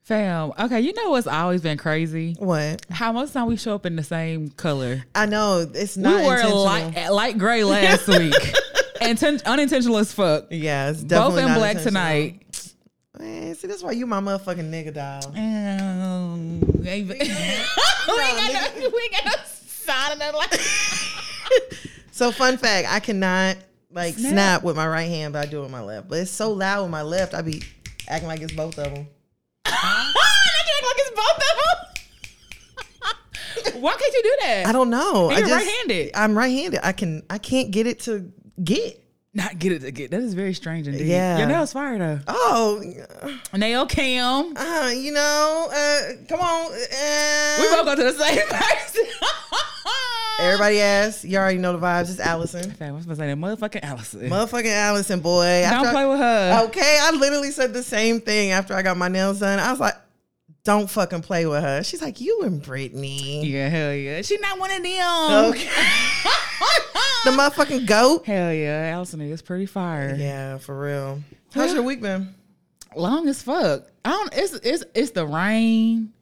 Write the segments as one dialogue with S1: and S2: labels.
S1: Fam. Okay, you know what's always been crazy?
S2: What?
S1: How most time we show up in the same color.
S2: I know it's not
S1: we were
S2: intentional.
S1: light, light gray last week. Inten- unintentional as fuck.
S2: yeah, it's
S1: Both
S2: definitely
S1: in
S2: not
S1: black
S2: intentional.
S1: tonight.
S2: Man, see, that's why you my motherfucking nigga doll.
S1: Um, we ain't- we ain't got no, we ain't got no sign of nothing like
S2: So fun fact, I cannot like
S1: Snap.
S2: snap. with my right hand, but I do it with my left. But it's so loud with my left, I be acting like it's both of them.
S1: Why can't you do that?
S2: I don't know. I
S1: You're
S2: just,
S1: right-handed.
S2: I'm right-handed. I can I can't get it to get.
S1: Not get it again. That is very strange indeed.
S2: Yeah.
S1: Your nails fire though.
S2: Oh,
S1: Nail cam.
S2: uh, you know, uh, come on. Uh,
S1: We both go to the same person.
S2: Everybody asks. You already know the vibes. It's Allison.
S1: Okay, I was supposed to say that motherfucking Allison.
S2: Motherfucking Allison, boy.
S1: don't play with her.
S2: Okay, I literally said the same thing after I got my nails done. I was like, don't fucking play with her. She's like, you and Brittany.
S1: Yeah, hell yeah. She not one of them.
S2: Okay. the motherfucking goat.
S1: Hell yeah, Allison is pretty fire.
S2: Yeah, for real. How's your week been?
S1: Long as fuck. I don't. It's it's it's the rain.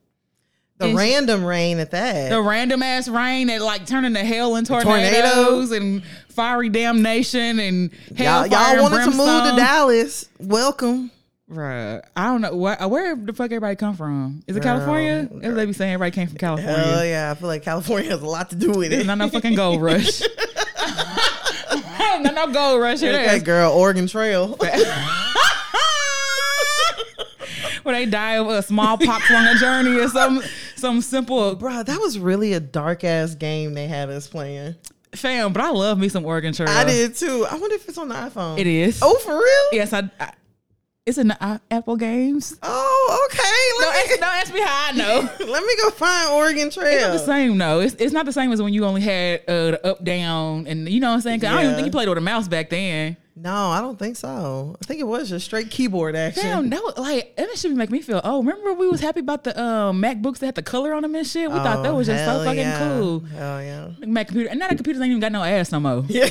S2: The
S1: It's-
S2: random rain at that.
S1: The random ass rain that like turning the hell in tornadoes,
S2: tornado.
S1: and fiery damnation and hell
S2: y'all y'all wanted to move to Dallas. Welcome.
S1: Right. I don't know where, where the fuck everybody come from. Is it California? That's what They be saying everybody came from California.
S2: Oh yeah, I feel like California has a lot to do with it.
S1: Not no fucking gold rush. Not no gold rush. Here
S2: That girl, Oregon Trail.
S1: Where they die of a smallpox on a journey or some some simple
S2: Bro, that was really a dark ass game they had us playing.
S1: fam. But I love me some Oregon Trail.
S2: I did too. I wonder if it's on the iPhone.
S1: It is.
S2: Oh, for real?
S1: yes. I. I it's in the I, uh, Apple Games.
S2: Oh, okay.
S1: Don't
S2: Let,
S1: ask, don't ask me how I know.
S2: me, let me go find Oregon
S1: It's not
S2: Trail.
S1: the same though. It's, it's not the same as when you only had uh, the up down and you know what I'm saying. 'Cause I don't even
S2: Yeah.
S1: think you played with a mouse back then.
S2: No, I don't think so. I think it was just straight keyboard action.
S1: Damn, that was, like and that should make me feel. Oh, remember we was happy about the um, MacBooks that had the color on them and shit. We thought that was just so
S2: Oh, hell
S1: fucking
S2: yeah.
S1: cool.
S2: Hell yeah.
S1: Like, Mac computer and now that computers ain't even got no ass no more.
S2: Yeah.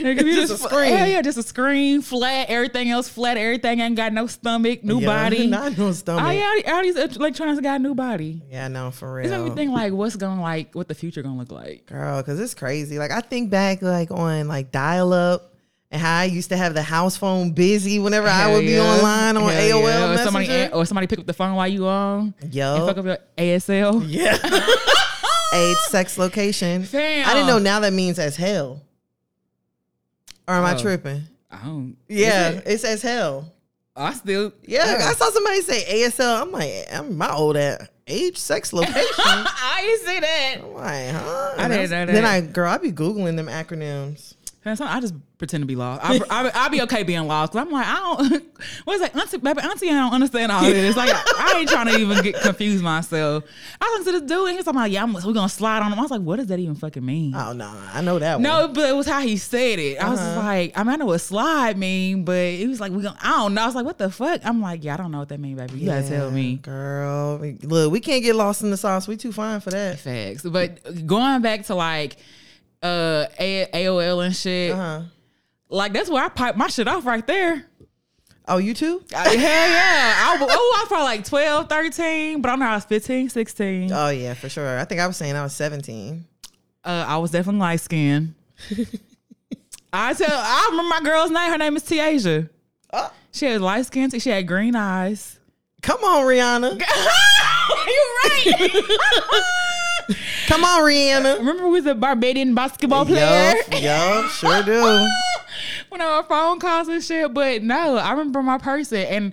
S1: The computer's
S2: just a
S1: fl-
S2: screen.
S1: Hell yeah, just a screen, flat. Everything else flat. Everything ain't got no stomach, new
S2: Yeah,
S1: body.
S2: Not no stomach.
S1: all,
S2: yeah.
S1: y'all- all these electronics got a new body.
S2: no, for real.
S1: It's making me think like, what's gonna like, what the future gonna look like.
S2: Girl, because it's crazy. Like I think back like on like dial up and how I used to have the house phone busy whenever I
S1: Hell
S2: would be
S1: yeah.
S2: online on
S1: Hell
S2: AOL
S1: yeah. Or
S2: Messenger.
S1: somebody, eh, or somebody pick up the phone while you on and fuck
S2: Yo.
S1: up your ASL.
S2: Yeah. Age, sex, location.
S1: Fam.
S2: I didn't know now that means as hell. Or am I
S1: Oh.
S2: tripping?
S1: I don't.
S2: Yeah,
S1: Is it?
S2: it's as hell.
S1: I still.
S2: Yeah, I saw somebody say ASL. I'm like, I'm my old at age, sex, location.
S1: I didn't see that.
S2: I'm like, huh?
S1: I
S2: And
S1: didn't know that.
S2: Then I, girl, I be googling them acronyms.
S1: Fam, some- I just pretend to be lost. I, I, I'll be okay being lost. Cause I'm like, I don't. What is that, auntie? Baby, auntie, I don't understand all of this. Like, I ain't trying to even get confuse myself. I looked to this dude and he's talking about, yeah, I'm, we're gonna slide on him. I was like, what does that even fucking mean?
S2: Oh no, I know that one.
S1: No, but it was how he said it. I was just like, I mean, I know what slide mean, but it was like, we gonna, I don't know. I was like, what the fuck? I'm like, yeah, I don't know what that mean, baby. You gotta tell me.
S2: girl. we- Look, we can't get lost in the sauce. We too fine for that.
S1: Facts. But going back to like uh A- AOL and shit,
S2: Huh?
S1: like that's where I pipe my shit off right there.
S2: Oh, you too?
S1: I- Hell yeah. I, w- oh, I was probably like 12, 13, but I know I was 15, 16. Uh,
S2: Oh yeah, for sure. I think I was saying I was 17.
S1: I was definitely light skinned. I tell, I remember my girl's name. Her name is Tiasia.
S2: Oh,
S1: She had light skin. She had green eyes.
S2: come on, Rihanna.
S1: you right.
S2: Come on, Rihanna.
S1: Remember, we was a Barbadian basketball player.
S2: Yup, yup, sure do.
S1: when our phone calls and shit. But no, I remember my person and.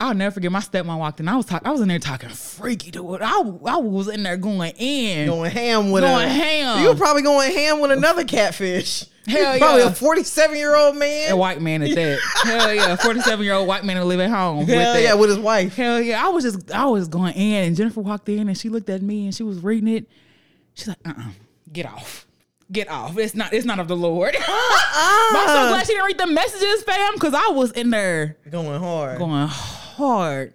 S1: I'll never forget my stepmom walked in. I was talk- I was in there talking freaky to it. I, I was in there going in.
S2: Going ham with
S1: Going
S2: a
S1: ham.
S2: You were probably going ham with another catfish.
S1: Hell
S2: probably
S1: yeah.
S2: a 47 year old
S1: a
S2: man.
S1: white man at that. Hell yeah. 47 year old white man who live at home.
S2: Hell
S1: with
S2: yeah,
S1: that.
S2: with his wife.
S1: Hell yeah. I was just I was going in and Jennifer walked in and she looked at me and she was reading it. She's like, uh uh get off. Get off. It's not it's not of the Lord.
S2: Uh-uh.
S1: But I'm so glad she didn't read the messages, fam, because I was in there
S2: Going hard.
S1: going hard.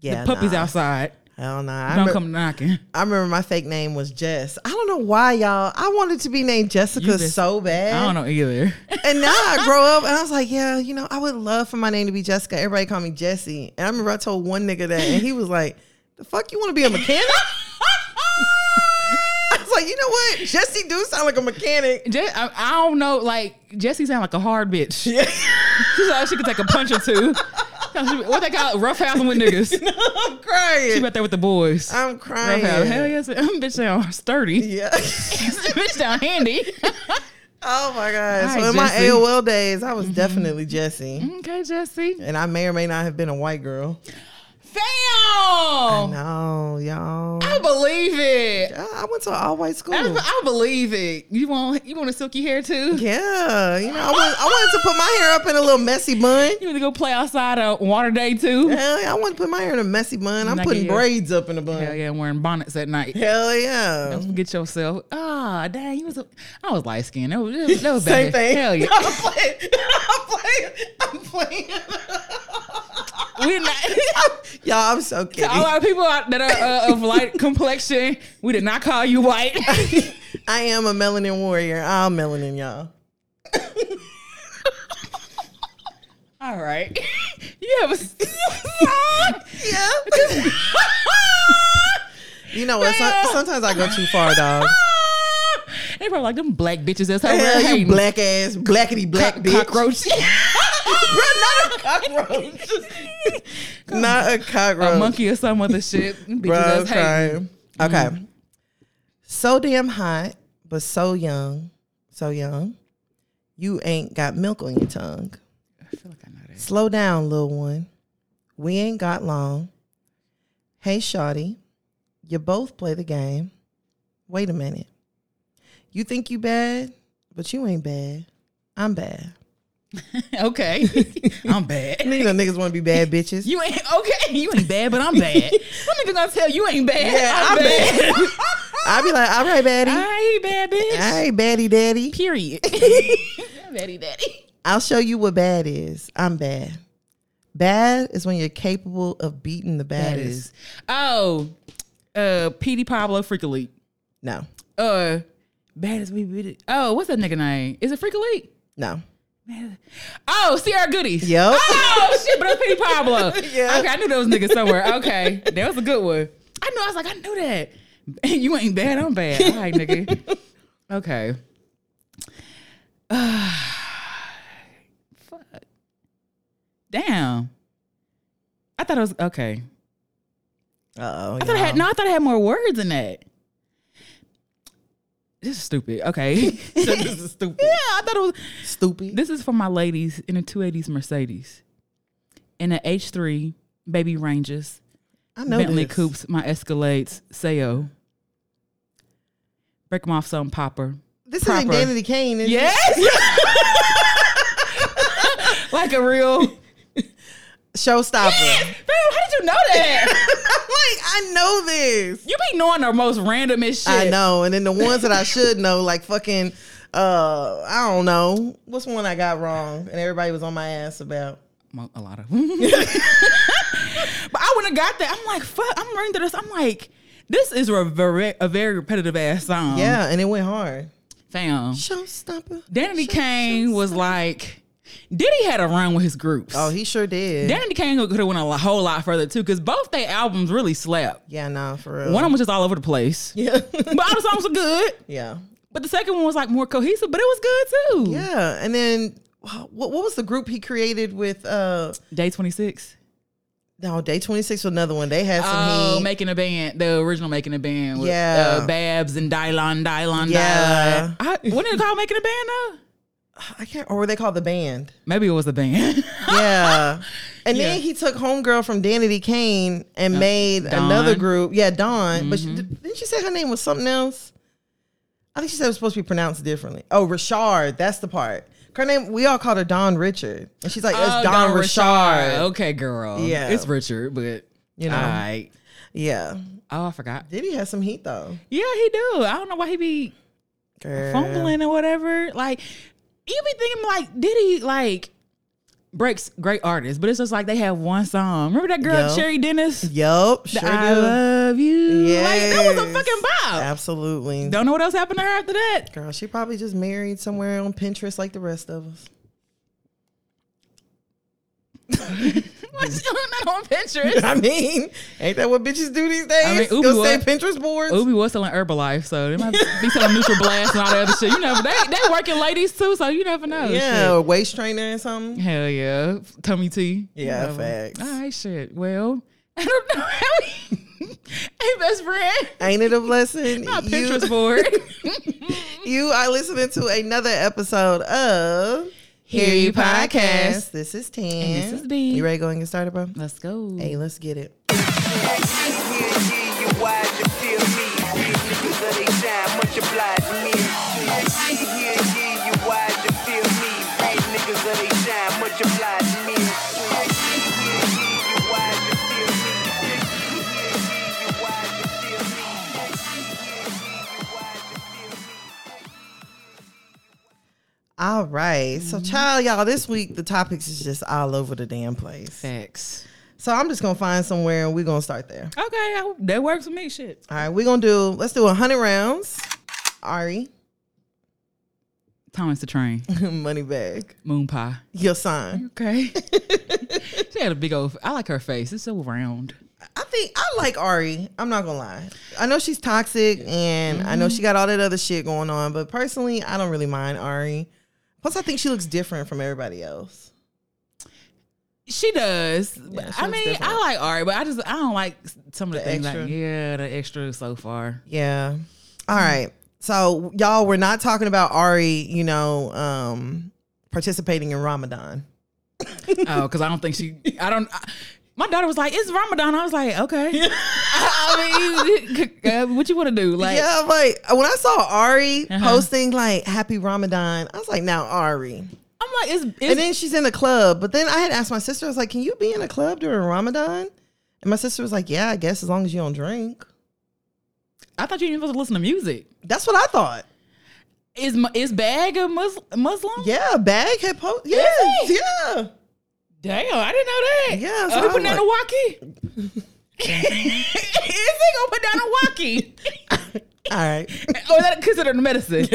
S2: yeah,
S1: Puppies
S2: nah.
S1: outside.
S2: Hell no. I,
S1: Don't
S2: remem-
S1: come knocking.
S2: I remember my fake name was Jess. I don't know why, y'all. I wanted to be named Jessica
S1: just-
S2: so bad.
S1: I don't know either.
S2: And now I grow up and I was like, yeah, you know, I would love for my name to be Jessica. Everybody called me Jesse. And I remember I told one nigga that and he was like, the fuck you want to be a mechanic? I was like, you know what? Jesse do sound like a mechanic.
S1: Je- I, I don't know. Like Jesse sound like a hard bitch. She's like she could take a punch or two. What they call it? Roughhousing with niggas.
S2: I'm
S1: She
S2: crying.
S1: out there with the boys.
S2: I'm crying.
S1: Roughhousing. Hell yes, bitch sound sturdy.
S2: Yeah.
S1: bitch sound handy.
S2: oh my God.
S1: Hi,
S2: so in my
S1: Jesse. Mm-hmm.
S2: AOL days, I was definitely Jesse.
S1: okay, Jesse.
S2: And I may or may not have been a white girl.
S1: Fail.
S2: No, y'all.
S1: I believe it.
S2: I went to an all white school.
S1: I, I believe it. You want you want a silky hair too?
S2: Yeah, you know, I, want, I wanted to put my hair up in a little messy bun.
S1: You want to go play outside on water day too?
S2: Hell yeah, I want to put my hair in a messy bun. I'm
S1: Nugget,
S2: putting
S1: yeah.
S2: braids up in a bun.
S1: Hell yeah, wearing bonnets at night.
S2: Hell yeah.
S1: Don't forget yourself. Ah, dang, you was a, I was light skinned. That was, that was, that was bad.
S2: Same thing.
S1: Hell yeah.
S2: I'm playing. I'm playing. I'm playing.
S1: We're not.
S2: Y'all, I'm so kidding.
S1: All our people out that are uh, of light complexion, we did not call you white.
S2: I am a melanin warrior. I'm melanin, y'all.
S1: All right. You have a song.
S2: Yeah. you know what? Some- sometimes I go too far, dog.
S1: they probably like them black bitches. That's how we're
S2: Hell, you
S1: hating.
S2: black ass, blackety black bitch.
S1: cockroach.
S2: Bruh, not a cockroach. not a cockroach.
S1: a monkey or some other shit. Them Bitches
S2: Bruh,
S1: that's hating. Mm-hmm.
S2: okay. Okay. So damn hot, but so young, so young. You ain't got milk on your tongue.
S1: I feel like I know that.
S2: Slow down, little one. We ain't got long. Hey, Shotty, you both play the game. Wait a minute. You think you bad, but you ain't bad. I'm bad.
S1: Okay. I'm bad.
S2: You know niggas want to be bad bitches.
S1: You ain't okay. You ain't bad, but I'm bad. I'm even gonna tell you ain't bad.
S2: Yeah, I'm bad. I be like, all right, baddie. All
S1: I ain't bad, bitch.
S2: right, baddie, daddy.
S1: Period. Daddy, daddy.
S2: I'll show you what bad is. I'm bad. Bad is when you're capable of beating the
S1: That
S2: baddest.
S1: is. Oh, uh, Petey Pablo Freak Elite.
S2: No,
S1: Uh, bad as we beat it. Oh, what's that nigga name? Is it Freak Elite?
S2: no.
S1: Oh, Sierra Goodies.
S2: Yup.
S1: Oh shit, but it's Petey Pablo.
S2: Yeah.
S1: Okay, I knew those niggas somewhere. Okay, that was a good one. I know. I was like, I knew that. You ain't bad. I'm bad. All right, nigga. Okay. Ah, fuck. Damn. I thought it was okay.
S2: Uh oh.
S1: I thought I had no. I thought I had more words than that. This is stupid. Okay. yeah,
S2: this is stupid.
S1: I thought it was.
S2: Stupid.
S1: This is for my ladies in a 280s Mercedes, in a H3 Baby Ranges,
S2: I know
S1: Bentley
S2: this.
S1: coupes, my Escalades, Sayo. Break 'em off some popper.
S2: This
S1: Proper.
S2: isn't Danny Kane. Is it?
S1: Yes. like a real. Babe,
S2: Showstopper.
S1: how did you know that?
S2: I'm like, I know this.
S1: You be knowing the most randomest shit.
S2: I know. And then the ones that I should know, like fucking, uh, I don't know. What's one I got wrong and everybody was on my ass
S1: Um,
S2: about?
S1: Mo- a lot of them. but I wouldn't have got that. I'm like, fuck, I'm running through this. I'm like, this is a very, a very repetitive ass song.
S2: yeah, and it went hard.
S1: Fam.
S2: Showstopper.
S1: Danny Kane was like, Diddy had a run with his groups.
S2: Oh, he sure did.
S1: Danny Kane could have went a lo- whole lot further too, because both their albums really slapped.
S2: yeah, nah, for real.
S1: One of them was just all over the place.
S2: Uh-huh. Yeah.
S1: But all the songs were good.
S2: yeah.
S1: But the second one was like more cohesive, but it was good too.
S2: Yeah, and then wh- what, what was the group he created with? uh
S1: Day 26.
S2: No, Day Twenty Six was another one. They had some
S1: Oh,
S2: heat.
S1: making a band, the original making a band with
S2: Yeah.
S1: uh, Babs and Dylon, Dylon,
S2: Yeah.
S1: Dylon. I, wasn't it called making a band though?
S2: I can't. Or were they called the band?
S1: Maybe it was a band.
S2: Yeah. And
S1: Yeah.
S2: then he took Homegirl from Danity Kane and made
S1: Dawn. Mm-hmm.
S2: another group. Yeah, Dawn. But she, didn't she say her name was something else? I think she said it was supposed to be pronounced differently. Oh, Richard. That's the part. Her name. We all called her Dawn Richard, and she's like, "It's
S1: Oh,
S2: Dawn, Richard."
S1: Okay, girl.
S2: Yeah.
S1: It's Richard, but
S2: You know.
S1: All right.
S2: Yeah.
S1: Oh, I forgot.
S2: Diddy has some heat though.
S1: Yeah, he do. I don't know why he be
S2: Girl.
S1: fumbling or whatever. Like you be thinking like Diddy like breaks great artists, but it's just like they have one song. Remember that girl
S2: Yo.
S1: Cherry Dennis?
S2: Yup, sure
S1: The I
S2: do.
S1: love you. Like that was a
S2: Yes.
S1: fucking bop.
S2: Absolutely.
S1: Don't know what else happened to her after that.
S2: Girl, she probably just married somewhere on Pinterest like the rest of us.
S1: What's not on Pinterest?
S2: I mean, ain't that what bitches do these days?
S1: I mean, Ubi
S2: Go
S1: what?
S2: say Pinterest boards.
S1: Ubi was selling Herbalife, so they might be selling Neutral Blast and all that other shit. You never they they working ladies too, so you never know.
S2: yeah,
S1: Oh, Shit.
S2: or waist trainer and something.
S1: Hell yeah. Tummy tea.
S2: Yeah,
S1: Whatever.
S2: facts.
S1: All right, shit. Well, I don't know how we Hey best friend.
S2: Ain't it a blessing?
S1: My Pinterest
S2: you,
S1: board.
S2: you are listening to another episode of
S1: Hear You Podcast.
S2: This is
S1: And
S2: Tan.
S1: this is B.
S2: You ready to go and get started, bro?
S1: Let's go.
S2: Hey, let's get it. All right. So, child, y'all, this week the topics is just all over the damn place.
S1: Facts.
S2: So, I'm just going to find somewhere and we're going to start there.
S1: Okay, I- that works for me. Shit.
S2: All right. We're going to do, let's do 100 rounds. Ari,
S1: Thomas the Train.
S2: money bag,
S1: Moon pie.
S2: your sign.
S1: Okay. she had a big old. I like her face. It's so round.
S2: I think I like Ari. I'm not going to lie. I know she's toxic and I
S1: Mm-hmm.
S2: know she got all that other shit going on, but personally, I don't really mind Ari. Plus, I think she looks different from everybody else.
S1: She does.
S2: Yeah, she
S1: I
S2: looks
S1: mean,
S2: different.
S1: I like Ari, but I just I don't like some of the,
S2: The
S1: things.
S2: extra.
S1: Like, yeah, the extra so far.
S2: Yeah. All right. So, y'all, we're not talking about Ari, you know, um, participating in Ramadan.
S1: oh, because I don't think she. I don't. I, my daughter was like, "It's Ramadan." I was like, "Okay." I mean, uh, what you want to do? Like,
S2: yeah, like when I saw Ari
S1: Uh-huh.
S2: posting like "Happy Ramadan," I was like, "Now Ari."
S1: I'm like, it's, it's
S2: And then she's in the club, but then I had asked my sister, I was like, "Can you be in a club during Ramadan?" And my sister was like, "Yeah, I guess as long as you don't drink."
S1: I thought you didn't supposed to listen to music.
S2: That's what I thought.
S1: Is mu- is bag a Mus- Muslim?
S2: Yeah, bag had post. Yes,
S1: Is
S2: yeah.
S1: Damn, I didn't know that.
S2: Yeah, so
S1: so
S2: I
S1: we
S2: was
S1: put down a walkie. Is they gonna put down a walkie?
S2: All right.
S1: or is that considered medicine?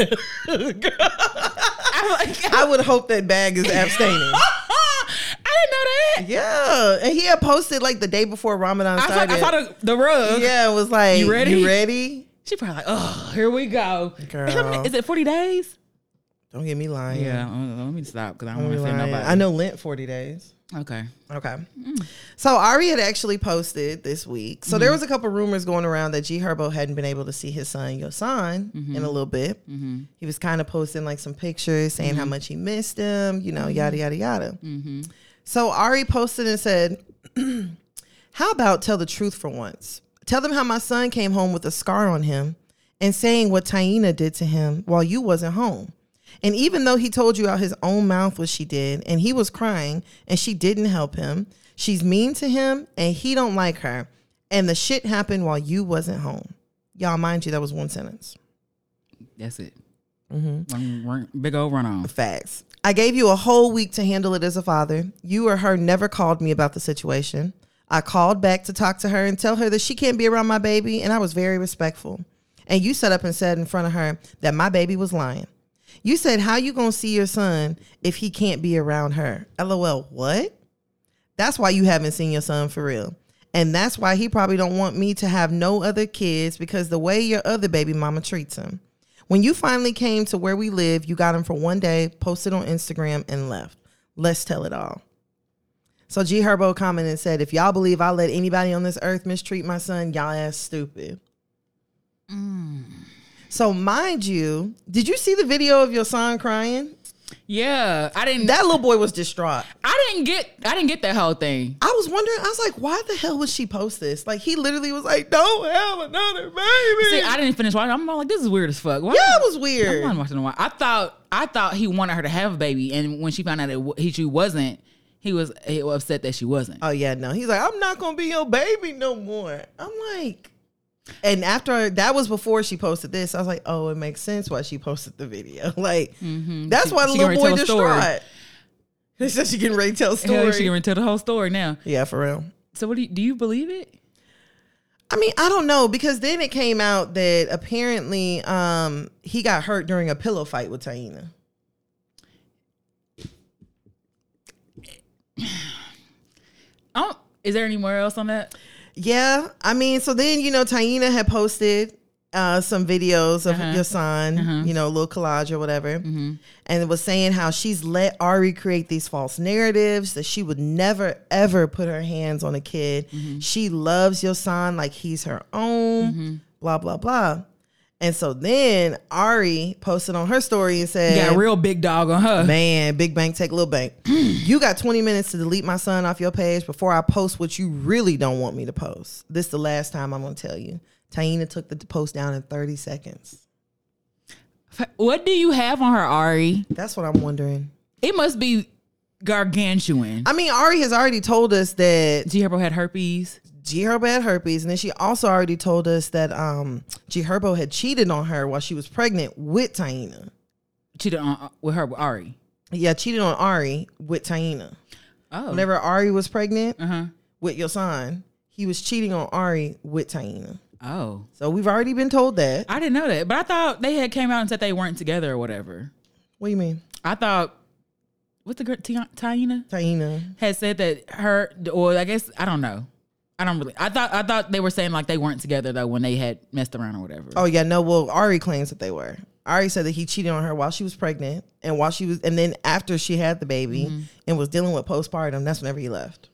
S1: I'm like, I,
S2: I would hope that bag is abstaining.
S1: didn't know that.
S2: yeah, and he had posted like the day before Ramadan
S1: I saw,
S2: started.
S1: I saw the, the rug.
S2: yeah, it was like,
S1: You ready?
S2: You ready?
S1: She probably like, oh, here we go.
S2: Girl.
S1: Is, how many- is it forty days?
S2: Don't get me lying.
S1: Yeah, uh, let me stop because I don't want
S2: Don't be
S1: to offend
S2: lying.
S1: nobody.
S2: I know Lent forty days.
S1: Okay.
S2: Okay. So Ari had actually posted this week. So there was a couple rumors going around that G Herbo hadn't been able to see his son, your son, in a little bit. He was kind of posting like some pictures saying how much he missed him, you know, yada, yada, yada. So Ari posted and said, How about tell the truth for once? Tell them how my son came home with a scar on him and saying what Taina did to him while you wasn't home. And even though he told you out his own mouth what she did and he was crying and she didn't help him, she's mean to him and he don't like her. And the shit happened while you wasn't home. Y'all mind you, that was one sentence.
S1: That's it. Run- run- big old run on.
S2: Facts. I gave you a whole week to handle it as a father. You or her never called me about the situation. I called back to talk to her and tell her that she can't be around my baby, and I was very respectful. And you sat up and said in front of her that my baby was lying. You said, How you gonna see your son if he can't be around her? LOL, what? That's why you haven't seen your son for real. And that's why he probably don't want me to have no other kids because the way your other baby mama treats him. When you finally came to where we live, you got him for one day, posted on Instagram and left. Let's tell it all. So G Herbo commented and said, if y'all believe I let anybody on this earth mistreat my son, y'all ass stupid.
S1: Mm.
S2: So mind you, did you see the video of your son crying?
S1: Yeah, I didn't.
S2: That little boy was distraught.
S1: I didn't get. I didn't get that whole thing.
S2: I was wondering, I was like, why the hell would she post this? Like, he literally was like, don't have another baby.
S1: See, I didn't finish watching. I'm all like, this is weird as fuck. Why
S2: yeah, it was
S1: I
S2: weird.
S1: wasn't watching a while. I thought I thought he wanted her to have a baby, and when she found out that w- he she wasn't, he was he was upset that she wasn't.
S2: Oh, yeah, no. He's like, I'm not going to be your baby no more. I'm like, and after that was before she posted this, I was like, oh, it makes sense why she posted the video. Like, that's why
S1: Mm-hmm.
S2: the
S1: she
S2: little
S1: already
S2: boy
S1: tell a story.
S2: distraught. They said she getting ready to tell
S1: Hell,
S2: a story.
S1: she can tell the whole story now.
S2: yeah, for real.
S1: So what do you do? You believe it?
S2: I mean, I don't know because then it came out that apparently um, he got hurt during a pillow fight with Taina.
S1: Oh, is there anywhere else on that?
S2: Yeah, I mean, so then you know, Taina had posted uh, some videos of your son, you know, a little collage or whatever, and it was saying how she's let Ari create these false narratives that she would never ever put her hands on a kid. She loves your son like he's her own. Blah blah blah. And so then Ari posted on her story and said,
S1: Got a real big dog on her.
S2: Man, big bank take little bank. you got 20 minutes to delete my son off your page before I post what you really don't want me to post. This the last time I'm gonna tell you. Taina took the post down in 30 seconds.
S1: What do you have on her, Ari?
S2: That's what I'm wondering.
S1: It must be gargantuan.
S2: I mean, Ari has already told us that
S1: G Herbo had herpes.
S2: G Herbo had herpes, and then she also already told us that um G Herbo had cheated on her while she was pregnant with Taina.
S1: Cheated on uh, with her with Ari.
S2: Yeah, cheated on Ari with Taina.
S1: Oh,
S2: Whenever Ari was pregnant
S1: Uh huh.
S2: with your son, he was cheating on Ari with Taina.
S1: Oh,
S2: So we've already been told that.
S1: I didn't know that, but I thought they had came out and said they weren't together or whatever.
S2: What do you mean?
S1: I thought what's the girl Ti- Taina
S2: Taina.
S1: had said that her or I guess I don't know. I don't really. I thought I thought they were saying like they weren't together though when they had messed around or whatever.
S2: Oh yeah, no, well Ari claims that they were. Ari said that he cheated on her while she was pregnant and while she was and then after she had the baby
S1: Mm-hmm.
S2: and was dealing with postpartum, that's whenever he left.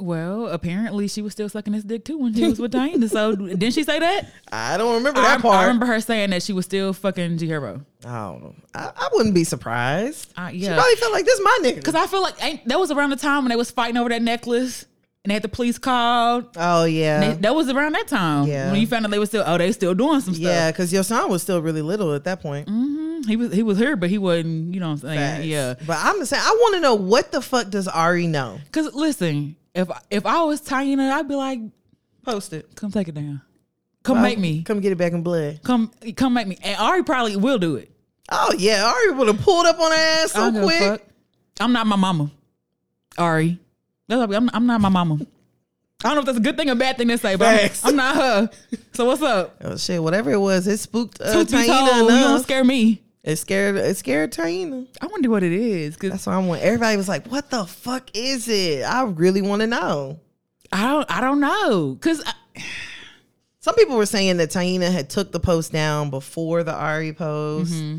S1: Well, apparently she was still sucking his dick too when he was with Diana. So didn't she say that?
S2: I don't remember
S1: I,
S2: that
S1: I
S2: part.
S1: remember her saying that she was still fucking G Herbo.
S2: oh, I, I wouldn't be surprised.
S1: Uh,
S2: She
S1: yeah,
S2: probably felt like this my nigga.
S1: because I feel like ain't, that was around the time when they was fighting over that necklace and they had the police called.
S2: oh
S1: They-
S2: yeah.
S1: that was around that time
S2: Yeah.
S1: when you found out they were still oh they still doing some
S2: yeah, because your son was still really little at that point.
S1: stuff. He was he was here, but he wasn't. You know what I'm saying?
S2: Facts.
S1: Mm, Yeah.
S2: But I'm just saying I want to know what the fuck does Ari know?
S1: Because listen, if if I was Tyena, I'd be like,
S2: Post it.
S1: come take it down, come make me,
S2: Oh, Come get it back in blood.
S1: come come make me, and Ari probably will do it.
S2: Oh yeah, Ari would have pulled up on her ass
S1: I
S2: so
S1: don't give a
S2: quick.
S1: fuck. I'm not my mama, Ari. That's what I be- I'm, I'm not my mama. I don't know if that's a good thing or bad thing to say, but I'm,
S2: Facts.
S1: I'm not her. So what's up?
S2: Oh shit! Whatever it was, it spooked uh,
S1: Truth be
S2: Taina
S1: told, you don't
S2: enough.
S1: scare me.
S2: it scared it scared Taina.
S1: I wonder what it is because
S2: That's why I went. Everybody was like, "What the fuck is it?" I really want to know.
S1: I don't I don't know because
S2: Some people were saying that Taina had took the post down before the Ari post,
S1: Mm-hmm.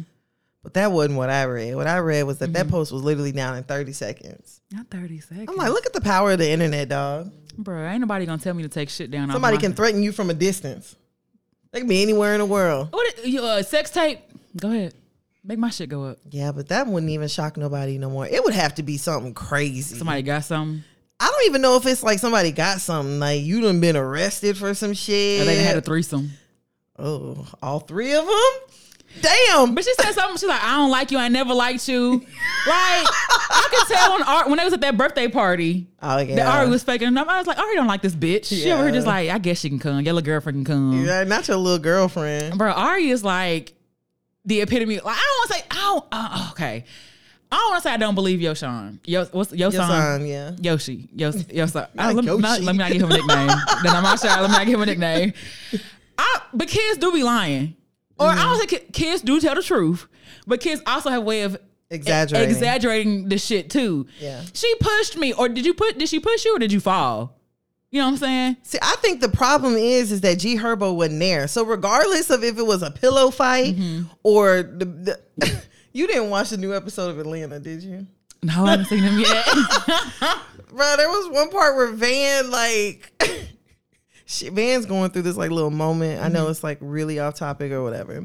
S2: but that wasn't what I read. What I read was that that post was literally down in thirty seconds.
S1: not 30 seconds,
S2: I'm like, look at the power of the internet, dog.
S1: bro. Ain't nobody gonna tell me to take shit down. off
S2: Somebody
S1: my-
S2: can threaten you from a distance. They can be anywhere in the world.
S1: What it- you, uh, sex tape? Go ahead, make my shit go up.
S2: Yeah, but that wouldn't even shock nobody no more. It would have to be something crazy.
S1: Somebody got something.
S2: I don't even know if it's like somebody got something. Like you done been arrested for some shit.
S1: Or they done had a threesome.
S2: oh, all three of them. Damn.
S1: But she said something. She's like, I don't like you. I never liked you. Like I could tell when Ari, when they was at that birthday party.
S2: Oh yeah.
S1: That Ari was faking enough. I was like, Ari don't like this bitch. She over here just
S2: Yeah.
S1: like, I guess she can come. Your little girlfriend can come.
S2: Yeah, not your little girlfriend.
S1: Bro, Ari is like the epitome. Like I don't want to say, I don't. Uh, okay, I don't want to say I don't believe Yo Sean. Yo, what's Yo
S2: Your
S1: Sean?
S2: son, yeah.
S1: Yoshi. Yoshi. Yoshi. I, let,
S2: Not
S1: me, Not,
S2: Yoshi.
S1: let me not give him a nickname. then I'm not sure. Let me not give him a nickname. I, but kids do be lying. Or I
S2: Mm-hmm.
S1: don't think ki- kids do tell the truth, but kids also have a way of
S2: Exaggerating.
S1: exaggerating the shit too.
S2: Yeah.
S1: She pushed me, or did you put? Did she push you, or did you fall? You know what I'm saying?
S2: See, I think the problem is is that G Herbo wasn't there. So regardless of if it was a pillow fight
S1: Mm-hmm.
S2: or the, the you didn't watch the new episode of Atlanta, did you?
S1: No, I haven't seen him yet.
S2: Bro, there was one part where Van like she, Van's going through this like little moment. I know
S1: Mm-hmm.
S2: it's like really off topic or whatever.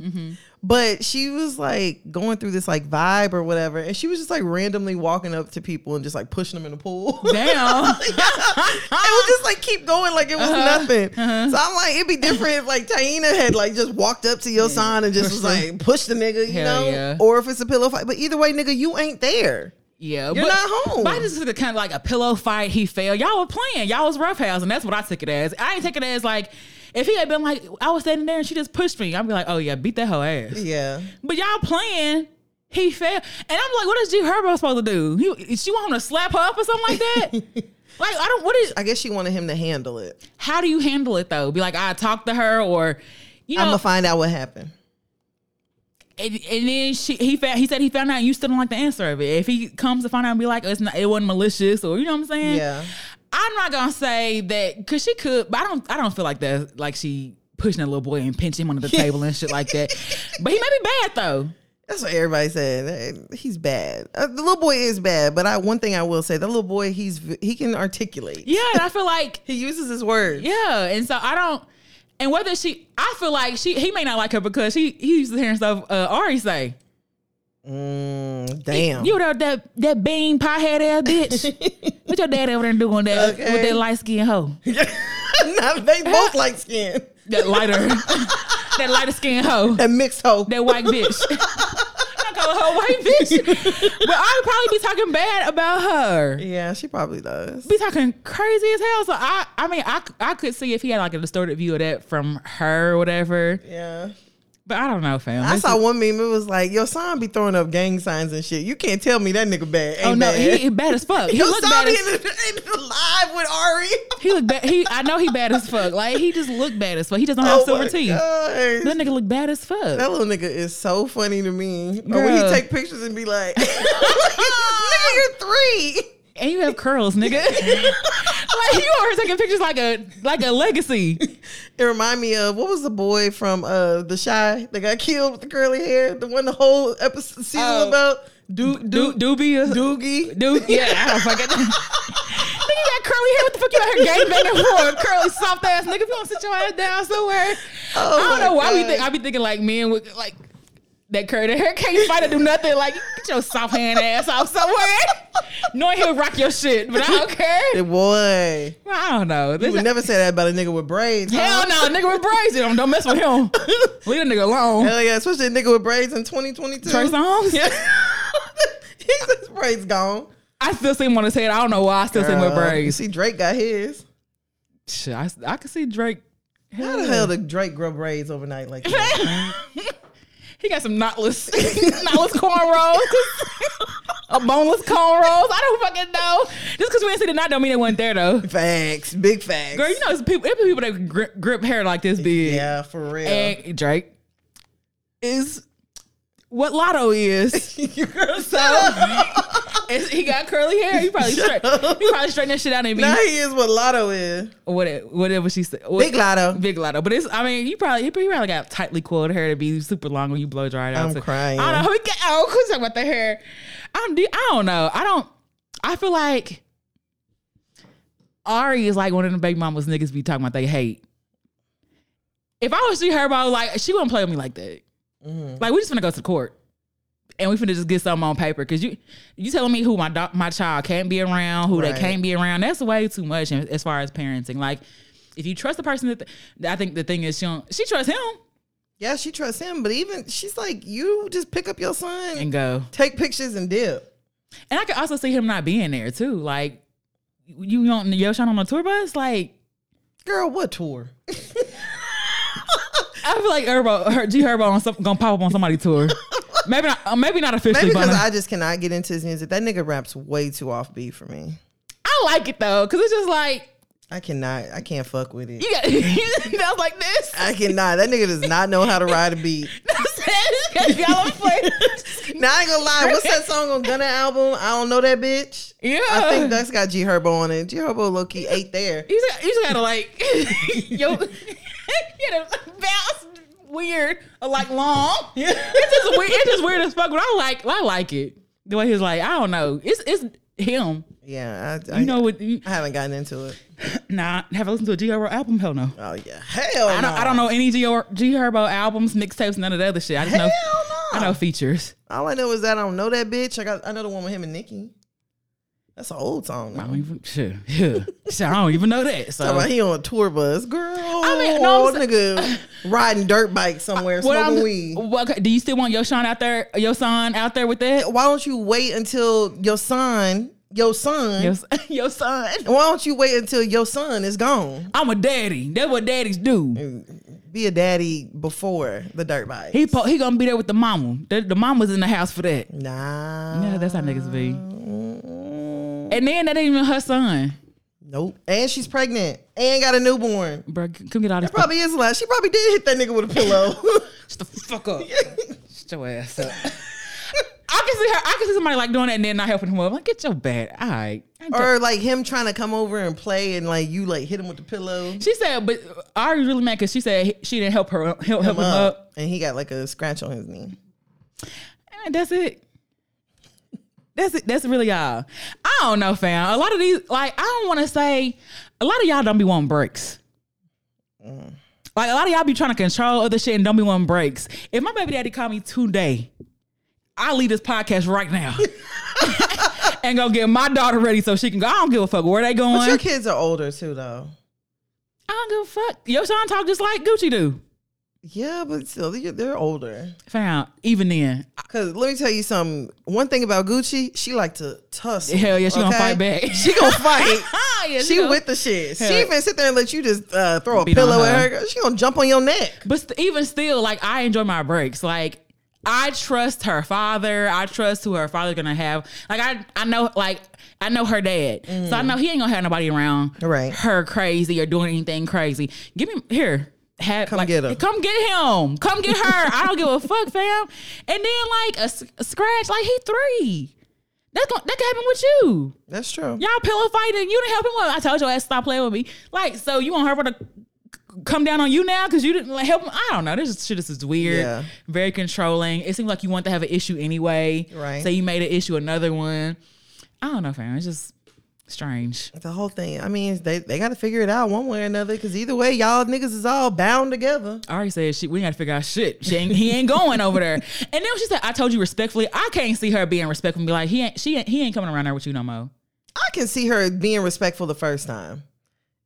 S2: But she was like going through this like vibe or whatever and she was just like randomly walking up to people and just like pushing them in the pool.
S1: Damn. Uh-huh.
S2: it was just like keep going like it was nothing. So I'm like it'd be different if like Taina had like just walked up to your son and just was like push the nigga, you
S1: Hell
S2: know?
S1: yeah.
S2: Or if it's a pillow fight. But either way, nigga, you ain't there.
S1: Yeah,
S2: You're not home.
S1: But I just took it kind of like a pillow fight. He failed. Y'all were playing. Y'all was roughhousing. that's what I took it as. I ain't take it as like if he had been like I was standing there and she just pushed me. I'd be like, oh yeah, beat that whole ass.
S2: Yeah.
S1: But y'all playing. He failed. And I'm like, what is G Herbo supposed to do? He, is she want him to slap her up or something like that? like, I don't, what is,
S2: I guess she wanted him to handle it.
S1: how do you handle it though? Be like, I talk to her or, you
S2: I'm
S1: know,
S2: gonna find out what happened.
S1: and, and then she, he found, he said he found out and you still don't like the answer of it. If he comes to find out and be like, "Oh, it's not, it wasn't malicious or, you know what I'm saying?
S2: Yeah.
S1: I'm not gonna say that because she could, but I don't. I don't feel like that. Like she pushing a little boy and pinching him under the table and shit like that. But he may be bad though.
S2: That's what everybody said. Eh, He's bad. Uh, the little boy is bad, but I one thing I will say, the little boy, he's v- he can articulate.
S1: Yeah, and I feel like
S2: He uses his words.
S1: yeah, and so I don't. And whether she, I feel like she, he may not like her because she, he used to hearing stuff uh, Ari say.
S2: Mm, damn.
S1: You know that that bean pie head ass bitch. what your dad over there doing that with
S2: Okay.
S1: that light skinned hoe?
S2: Now they both like skin
S1: That lighter, that lighter skinned hoe.
S2: and mixed hoe.
S1: that white bitch. I call her a white bitch. but I'd probably be talking bad about her.
S2: Yeah, she probably does.
S1: Be talking crazy as hell. So I, I mean, I, I could see if he had like a distorted view of that from her or whatever.
S2: Yeah.
S1: But I don't know, fam.
S2: I
S1: This
S2: saw
S1: is-
S2: one meme. It was like, your son be throwing up gang signs and shit. You can't tell me that nigga bad. Ain't
S1: Oh no,
S2: bad.
S1: he, he bad as fuck. He
S2: your
S1: look
S2: son
S1: bad.
S2: be
S1: As,
S2: in, the- in the live with Ari.
S1: he look bad. He, I know he bad as fuck. Like he just look bad as fuck. He doesn't have silver
S2: Oh my
S1: teeth.
S2: gosh.
S1: That nigga look bad as fuck.
S2: That little nigga is so funny to me. Or when he
S1: Girl.
S2: take pictures and be like, "Nigga, you're three.
S1: and you have curls, nigga. like you are taking pictures like a like a legacy.
S2: It remind me of what was the boy from uh the shy that got killed with the curly hair, the one the whole episode season was
S1: Oh.
S2: about Duke
S1: Do, doobie or,
S2: Doogie.
S1: Dude, yeah, I don't fucking know. Nigga you got curly hair. What the fuck you out here gang banging for? Curly soft ass nigga. If you want to sit your ass down somewhere,
S2: Oh
S1: I don't
S2: my
S1: know why we
S2: God.
S1: think. I be thinking like men with like that curly hair can't fight to do nothing. Like get your soft hand ass off somewhere. Knowing he'll rock your shit, but I don't care.
S2: That boy.
S1: I don't know.
S2: You
S1: This,
S2: would never say that about a nigga with braids. huh?
S1: hell no, nigga with braids. Don't don't mess with him. Leave a nigga alone.
S2: Hell yeah, especially a nigga with braids in 2022.
S1: Trey Songz.
S2: Yeah. His braids gone.
S1: I still see him on his head. I don't know why I still see him with
S2: Girl, You
S1: braids.
S2: see, Drake got his.
S1: Shit, I, I could see Drake.
S2: How the hell did Drake grow braids overnight like that?
S1: He got some knotless, knotless cornrows, a boneless cornrows. I don't fucking know. Just because we didn't see the knot don't mean it wasn't there though.
S2: Facts, big facts.
S1: Girl, you know it's people. It be people that grip, grip hair like this big.
S2: Yeah, for real.
S1: And Drake is what Lotto is.
S2: you girls
S1: So it's- he got curly hair. He probably straight. He probably straighten that shit out and be
S2: now he is what Lotto is.
S1: whatever, whatever she said.
S2: Big Lotto.
S1: Big Lotto. But it's, I mean, you probably, you probably got tightly coiled hair to be super long when you blow dry it out.
S2: I'm
S1: So,
S2: crying.
S1: I don't know. We get, oh, who's talking about the hair? I'm, do- I don't know. I don't, I feel like Ari is like one of the baby mamas niggas be talking about they hate. If I was she her, I was like, she wouldn't play with me like that. Like, we just gonna go to the court. And we finna just get something on paper because you you telling me who my do- my child can't be around, who
S2: Right.
S1: they can't be around. That's way too much in- as far as parenting. Like, if you trust the person that th- I think the thing is she don't, she trusts him
S2: Yeah, she trusts him, but even she's like, you just pick up your son,
S1: and go.
S2: take pictures, and dip.
S1: And I could also see him not being there too. Like, you don't yo shine on a tour bus. Like,
S2: Girl, what tour?
S1: I feel like Herbo, her, G Herbo on some, gonna pop up on somebody's tour. maybe not. uh, Maybe not officially.
S2: Maybe
S1: but
S2: because
S1: I,
S2: I just cannot get into his music. That nigga raps way too offbeat for me.
S1: I like it though because it's just like
S2: I cannot. I can't fuck with it.
S1: you got. I was like this.
S2: I cannot. That nigga does not know how to ride a beat.
S1: Y'all play.
S2: Now I ain't gonna lie. What's that song on Gunna album? I don't know that bitch.
S1: Yeah.
S2: I think that's got G Herbo on it. G Herbo low key ate there.
S1: You just, you just gotta like, yo, you gotta bounce weird or like long. It's just weird. It's just weird as fuck. But I like, I like it. The way he was like, I don't know. It's it's him.
S2: Yeah, I, I,
S1: You know what? You,
S2: I haven't gotten into it.
S1: nah, have I listened to a G Herbo album? Hell no.
S2: Oh yeah, hell.
S1: I don't. I don't know any G, Her- G Herbo albums, mixtapes, none of the other shit. I just know.
S2: Hell no.
S1: I know features.
S2: All I know is that I don't know that bitch. I got I know the one with him and Nicki. That's an old song.
S1: I
S2: Now.
S1: don't even. Sure. Yeah. Sure, I don't even know that. So.
S2: Talking about he on a tour bus, girl.
S1: mean, no, I'm sa-
S2: nigga riding dirt bike somewhere
S1: What I'm-
S2: smoking weed.
S1: what- okay, do you still want your son out there? Your son out there with that?
S2: Why don't you wait until your son, your son?
S1: Your, s- your son.
S2: Why don't you wait until your son is gone?
S1: I'm a daddy. That's what daddies do.
S2: be a daddy before the dirt bike.
S1: He po- he gonna be there with the mama. The, the mama's in the house for that.
S2: nah.
S1: Yeah, that's how niggas be.
S2: Mm,
S1: And then that ain't even her son.
S2: Nope. And she's pregnant and got a newborn.
S1: Bro, come get all this.
S2: Probably is last. She probably did hit that nigga with a pillow.
S1: Shut the fuck up. Shut your ass up. I can see her. I can see somebody like doing that and then not helping him up. I'm like, get your bad. All right. I ain't
S2: or like him trying to come over and play and like you like hit him with the pillow.
S1: She said, but Ari's really mad because she said he- she didn't help her help, help him
S2: Him
S1: up.
S2: up. And he got like a scratch on his knee.
S1: And Eh, that's it. That's it. That's really all. I don't know, fam. A lot of these, like, I don't want to say. A lot of y'all don't be wanting breaks.
S2: Mm.
S1: Like a lot of y'all be trying to control other shit and don't be wanting breaks. If my baby daddy called me today, I leave this podcast right now and go get my daughter ready so she can go. I don't give a fuck where they going.
S2: But
S1: I
S2: your kids are older too though.
S1: don't give a fuck. Your son talk just like Gucci do.
S2: Yeah, but still they- they're older.
S1: Fam, even then,
S2: Cause let me tell you something. One thing about Gucci, she like to tussle.
S1: hell yeah, she gonna
S2: okay?
S1: fight back.
S2: She gonna fight.
S1: yeah,
S2: She
S1: gonna-
S2: with the shit. She
S1: Hell.
S2: even sit there and let you just uh, throw a
S1: Beat on
S2: pillow at
S1: her.
S2: her. Girl, She gonna jump on your neck.
S1: But st- even still, like I enjoy my breaks. Like I trust her father. I trust who her father's gonna have. Like I, I know, like I know her dad, so I know he ain't gonna have nobody around.
S2: Mm. Right.
S1: Her crazy or doing anything crazy. Give me here. Have,
S2: Come
S1: like,
S2: get her.
S1: Come get him. Come get her. I don't give a fuck, fam. And then like a, s- a scratch, like he three. That's gon- that can happen with you.
S2: That's true.
S1: Y'all pillow fighting. You didn't help him. Up. I told your ass to stop playing with me. Like, so you want her to c- come down on you now because you didn't like, help him? I don't know. This is- shit is just weird.
S2: Yeah.
S1: Very controlling. It seems like you want to have an issue anyway.
S2: Right.
S1: So you made an issue another one. I don't know, fam. It's just strange.
S2: The whole thing. I mean, they, they got to figure it out one way or another. Cause either way, y'all niggas is all bound together.
S1: I already said she, we got to figure out shit. She ain't, he ain't going over there. And then when she said, "I told you respectfully." I can't see her being respectful and be like, "He ain't, she ain't, he ain't coming around there with you no more."
S2: I can see her being respectful the first time,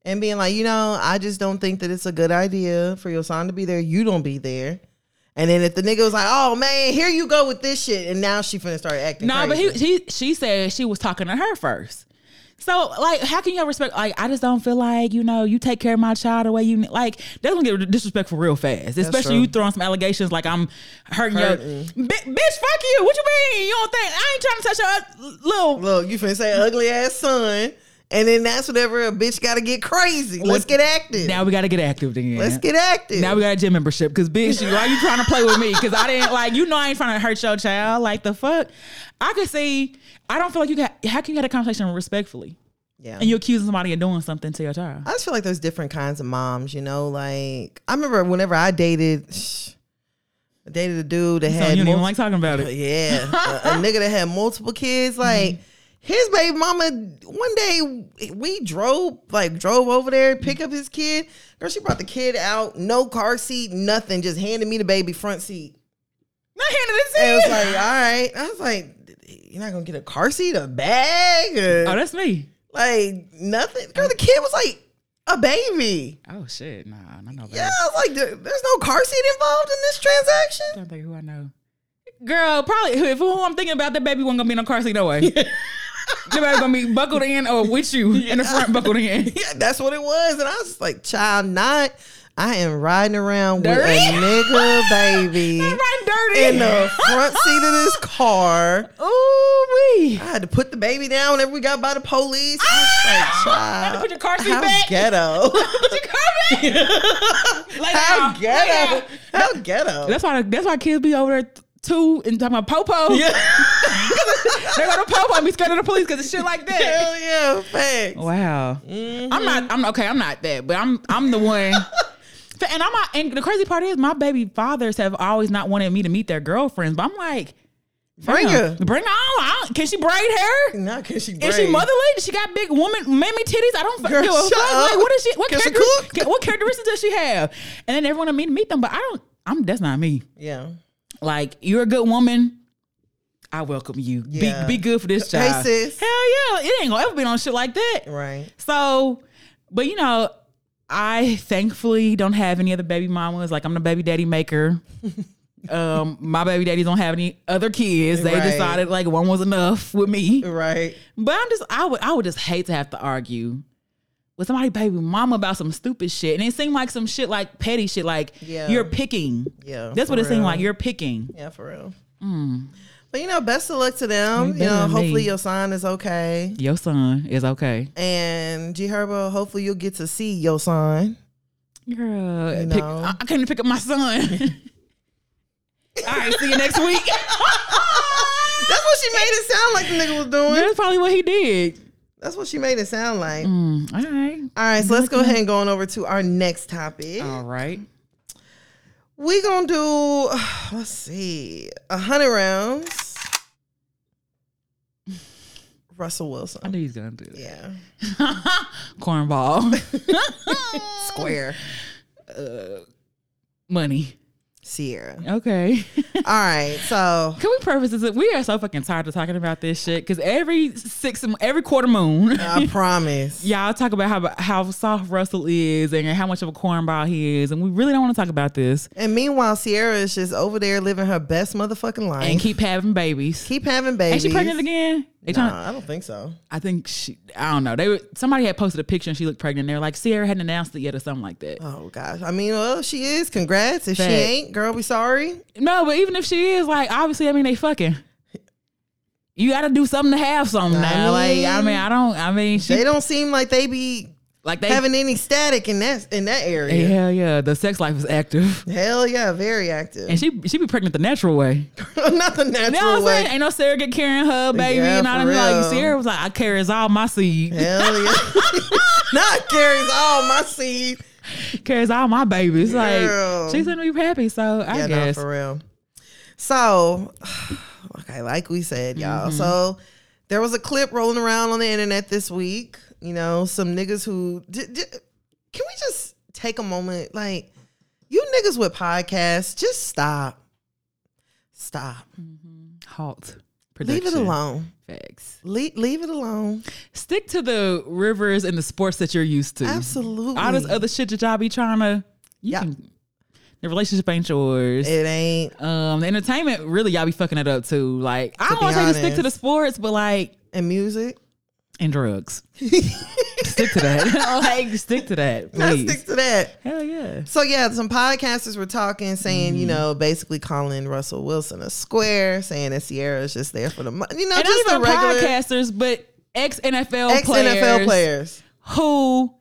S2: and being like, you know, I just don't think that it's a good idea for your son to be there. You don't be there. And then if the nigga was like, oh man, here you go with this shit, and now she finna start acting.
S1: No,
S2: No,
S1: but he, he she said she was talking to her first. So like, how can you have respect? Like, I just don't feel like you know you take care of my child the way you like. That's gonna get disrespectful real fast, especially
S2: true.
S1: you throwing some allegations like I'm hurting,
S2: Hurting.
S1: your Bi- bitch. Fuck you. What you mean? You don't think I ain't trying to touch your uh, little?
S2: look, you finna say ugly ass son, and then that's whatever a bitch got to get crazy. Let's
S1: What-
S2: get active.
S1: Now we gotta get active then.
S2: Let's get active.
S1: Now we got a gym membership because bitch, you- why you trying to play with me? Because I didn't like you know I ain't trying to hurt your child. Like the fuck, I could see. I don't feel like you got. How can you have a conversation respectfully
S2: yeah.
S1: and you accusing somebody of doing something to your child?
S2: I just feel like there's different kinds of moms, you know. Like I remember whenever I dated, I dated a dude that
S1: So
S2: had
S1: you don't even
S2: multi-
S1: like talking about it.
S2: yeah, a, a nigga that had multiple kids. Like his baby mama, one day we drove like drove over there, pick up his kid. Girl, she brought the kid out, no car seat, nothing, just handed me the baby front seat.
S1: Not handing it to
S2: And I
S1: you.
S2: was like, all right. I was like, you're not gonna get a car seat, a bag, or,
S1: oh, that's me.
S2: like nothing. Girl, the kid was like a baby.
S1: Oh shit, nah, I know about
S2: Yeah, I was like, there- there's no car seat involved in this transaction.
S1: I'm thinking who I know. Girl, probably who- if who I'm thinking about, that baby wasn't gonna be in a car seat no way. the baby gonna be buckled in or with you in the front buckled in.
S2: Yeah, that's what it was. And I was just like, child, not. I am riding around with
S1: Dirty.
S2: a nigga baby
S1: That's right, dirty.
S2: in the front seat of this car.
S1: Ooh wee.
S2: I had to put the baby down whenever we got by the police. I was like, child.
S1: Ah! Had to put your car seat
S2: how
S1: back.
S2: ghetto.
S1: What you coming? Lay
S2: how
S1: down, lay
S2: ghetto.
S1: down.
S2: How ghetto.
S1: That's why that's why kids be over there t- too and talking about popo.
S2: Yeah.
S1: They go to popo and be scared of the police because it's shit like that.
S2: Hell yeah,
S1: Oh,
S2: facts.
S1: Wow. I'm not. I'm okay. I'm not that, but I'm. I'm the one. and I'm. Not, and the crazy part is, my baby fathers have always not wanted me to meet their girlfriends. But I'm like,
S2: Bring
S1: damn,
S2: her.
S1: Bring her on. I don't- Can she braid hair?
S2: Not because she
S1: Is she
S2: brave.
S1: motherly? She got big woman, mammy titties. I don't
S2: Girl,
S1: fucking give a
S2: shut
S1: fuck.
S2: up.
S1: Like, what is she? What,
S2: Can she
S1: characteris-
S2: cook?
S1: ca- what characteristics does she have? And then everyone wanted me to meet them, but I don't. I'm. That's not me.
S2: Yeah.
S1: Like, you're a good woman. I welcome you.
S2: Yeah.
S1: Be be good for this
S2: Hey,
S1: child.
S2: sis.
S1: Hell yeah! It ain't gonna ever be on shit like that.
S2: Right.
S1: So, but you know, I thankfully don't have any other baby mamas. Like I'm the baby daddy maker. um, my baby daddies don't have any other kids. They
S2: Right.
S1: decided like one was enough with me.
S2: Right.
S1: But I'm just I would I would just hate to have to argue with somebody baby mama about some stupid shit. And it seemed like some shit like petty shit, like
S2: Yeah.
S1: you're picking.
S2: Yeah,
S1: That's what
S2: for
S1: it seemed
S2: real.
S1: like. You're picking.
S2: Yeah, for real. But you know, best of luck to them.
S1: They
S2: You
S1: better
S2: know,
S1: than
S2: hopefully
S1: me.
S2: your sign is okay.
S1: Your son is okay.
S2: And G Herbo, hopefully you'll get to see your sign.
S1: Girl,
S2: You
S1: pick,
S2: know.
S1: I, I came to pick up my son. All right, see you next week.
S2: That's what she made it sound like the nigga was doing.
S1: That's probably what he did.
S2: That's what she made it sound like.
S1: Mm, all right.
S2: All right, so let's go ahead and go on over to our next topic.
S1: All right.
S2: We gonna do let's see, a hundred rounds. Russell
S1: I
S2: Wilson.
S1: knew he was gonna do that.
S2: Yeah.
S1: Cornball.
S2: Square.
S1: Money.
S2: Sierra.
S1: Okay.
S2: All right, so
S1: Can we preface this? We are so fucking tired of talking about this shit because every six, every quarter moon,
S2: I promise.
S1: y'all talk about how how soft Russell is and how much of a cornball he is, and we really don't want to talk about this.
S2: And meanwhile, Sierra is just over there living her best motherfucking life.
S1: And keep having babies.
S2: keep having babies.
S1: Is she pregnant again? They tryna-
S2: Nah, I don't think so.
S1: I think she. I don't know. They were, somebody had posted a picture and she looked pregnant. and They were like Sierra hadn't announced it yet or something like that.
S2: Oh gosh. I mean, well, if she is. Congrats. If
S1: Facts.
S2: she ain't, girl, we sorry.
S1: No, but even if she is, like obviously, I mean, they fucking. You got to do something to have something
S2: I
S1: now.
S2: mean,
S1: like I mean, I don't. I mean, she
S2: They don't seem like they be
S1: like they.
S2: having any static in that in that area.
S1: Hell yeah, the sex life is active.
S2: Hell yeah, very active.
S1: And she she be pregnant the natural way.
S2: Not the natural
S1: You know what I'm saying?
S2: way.
S1: Ain't no surrogate carrying her baby.
S2: Yeah,
S1: and all
S2: for
S1: them
S2: real.
S1: like Sierra was like, I carries all my seed,
S2: Hell yeah. Not carries all my seed.
S1: carries all my babies.
S2: Girl.
S1: Like she's gonna be happy. So I
S2: Yeah, no,
S1: guess
S2: for real. So, okay, like we said,
S1: Mm-hmm.
S2: y'all. So, there was a clip rolling around on the internet this week. You know, some niggas who d- d- can we just take a moment? Like, you niggas with podcasts, just stop, stop,
S1: halt.
S2: leave it
S1: production.
S2: alone,
S1: Facts.
S2: Le- leave it alone.
S1: Stick to the rivers and the sports that you're used to.
S2: Absolutely,
S1: All this other shit that y'all be trying to. You
S2: Yeah.
S1: can, the relationship ain't yours.
S2: it ain't.
S1: um, the entertainment really y'all be fucking it up too. Like I don't
S2: be
S1: want to say to stick
S2: honest.
S1: to the sports, but like
S2: And music,
S1: and drugs. stick to that. like stick to that,
S2: I
S1: please.
S2: stick to that.
S1: Hell yeah.
S2: So yeah, some podcasters were talking, saying you
S1: Mm-hmm.
S2: know, basically calling Russell Wilson a square, saying that Sierra's just there for the money, you know,
S1: And
S2: just
S1: not
S2: the
S1: even
S2: regular
S1: podcasters, but ex NFL
S2: ex
S1: players,
S2: NFL players.
S1: who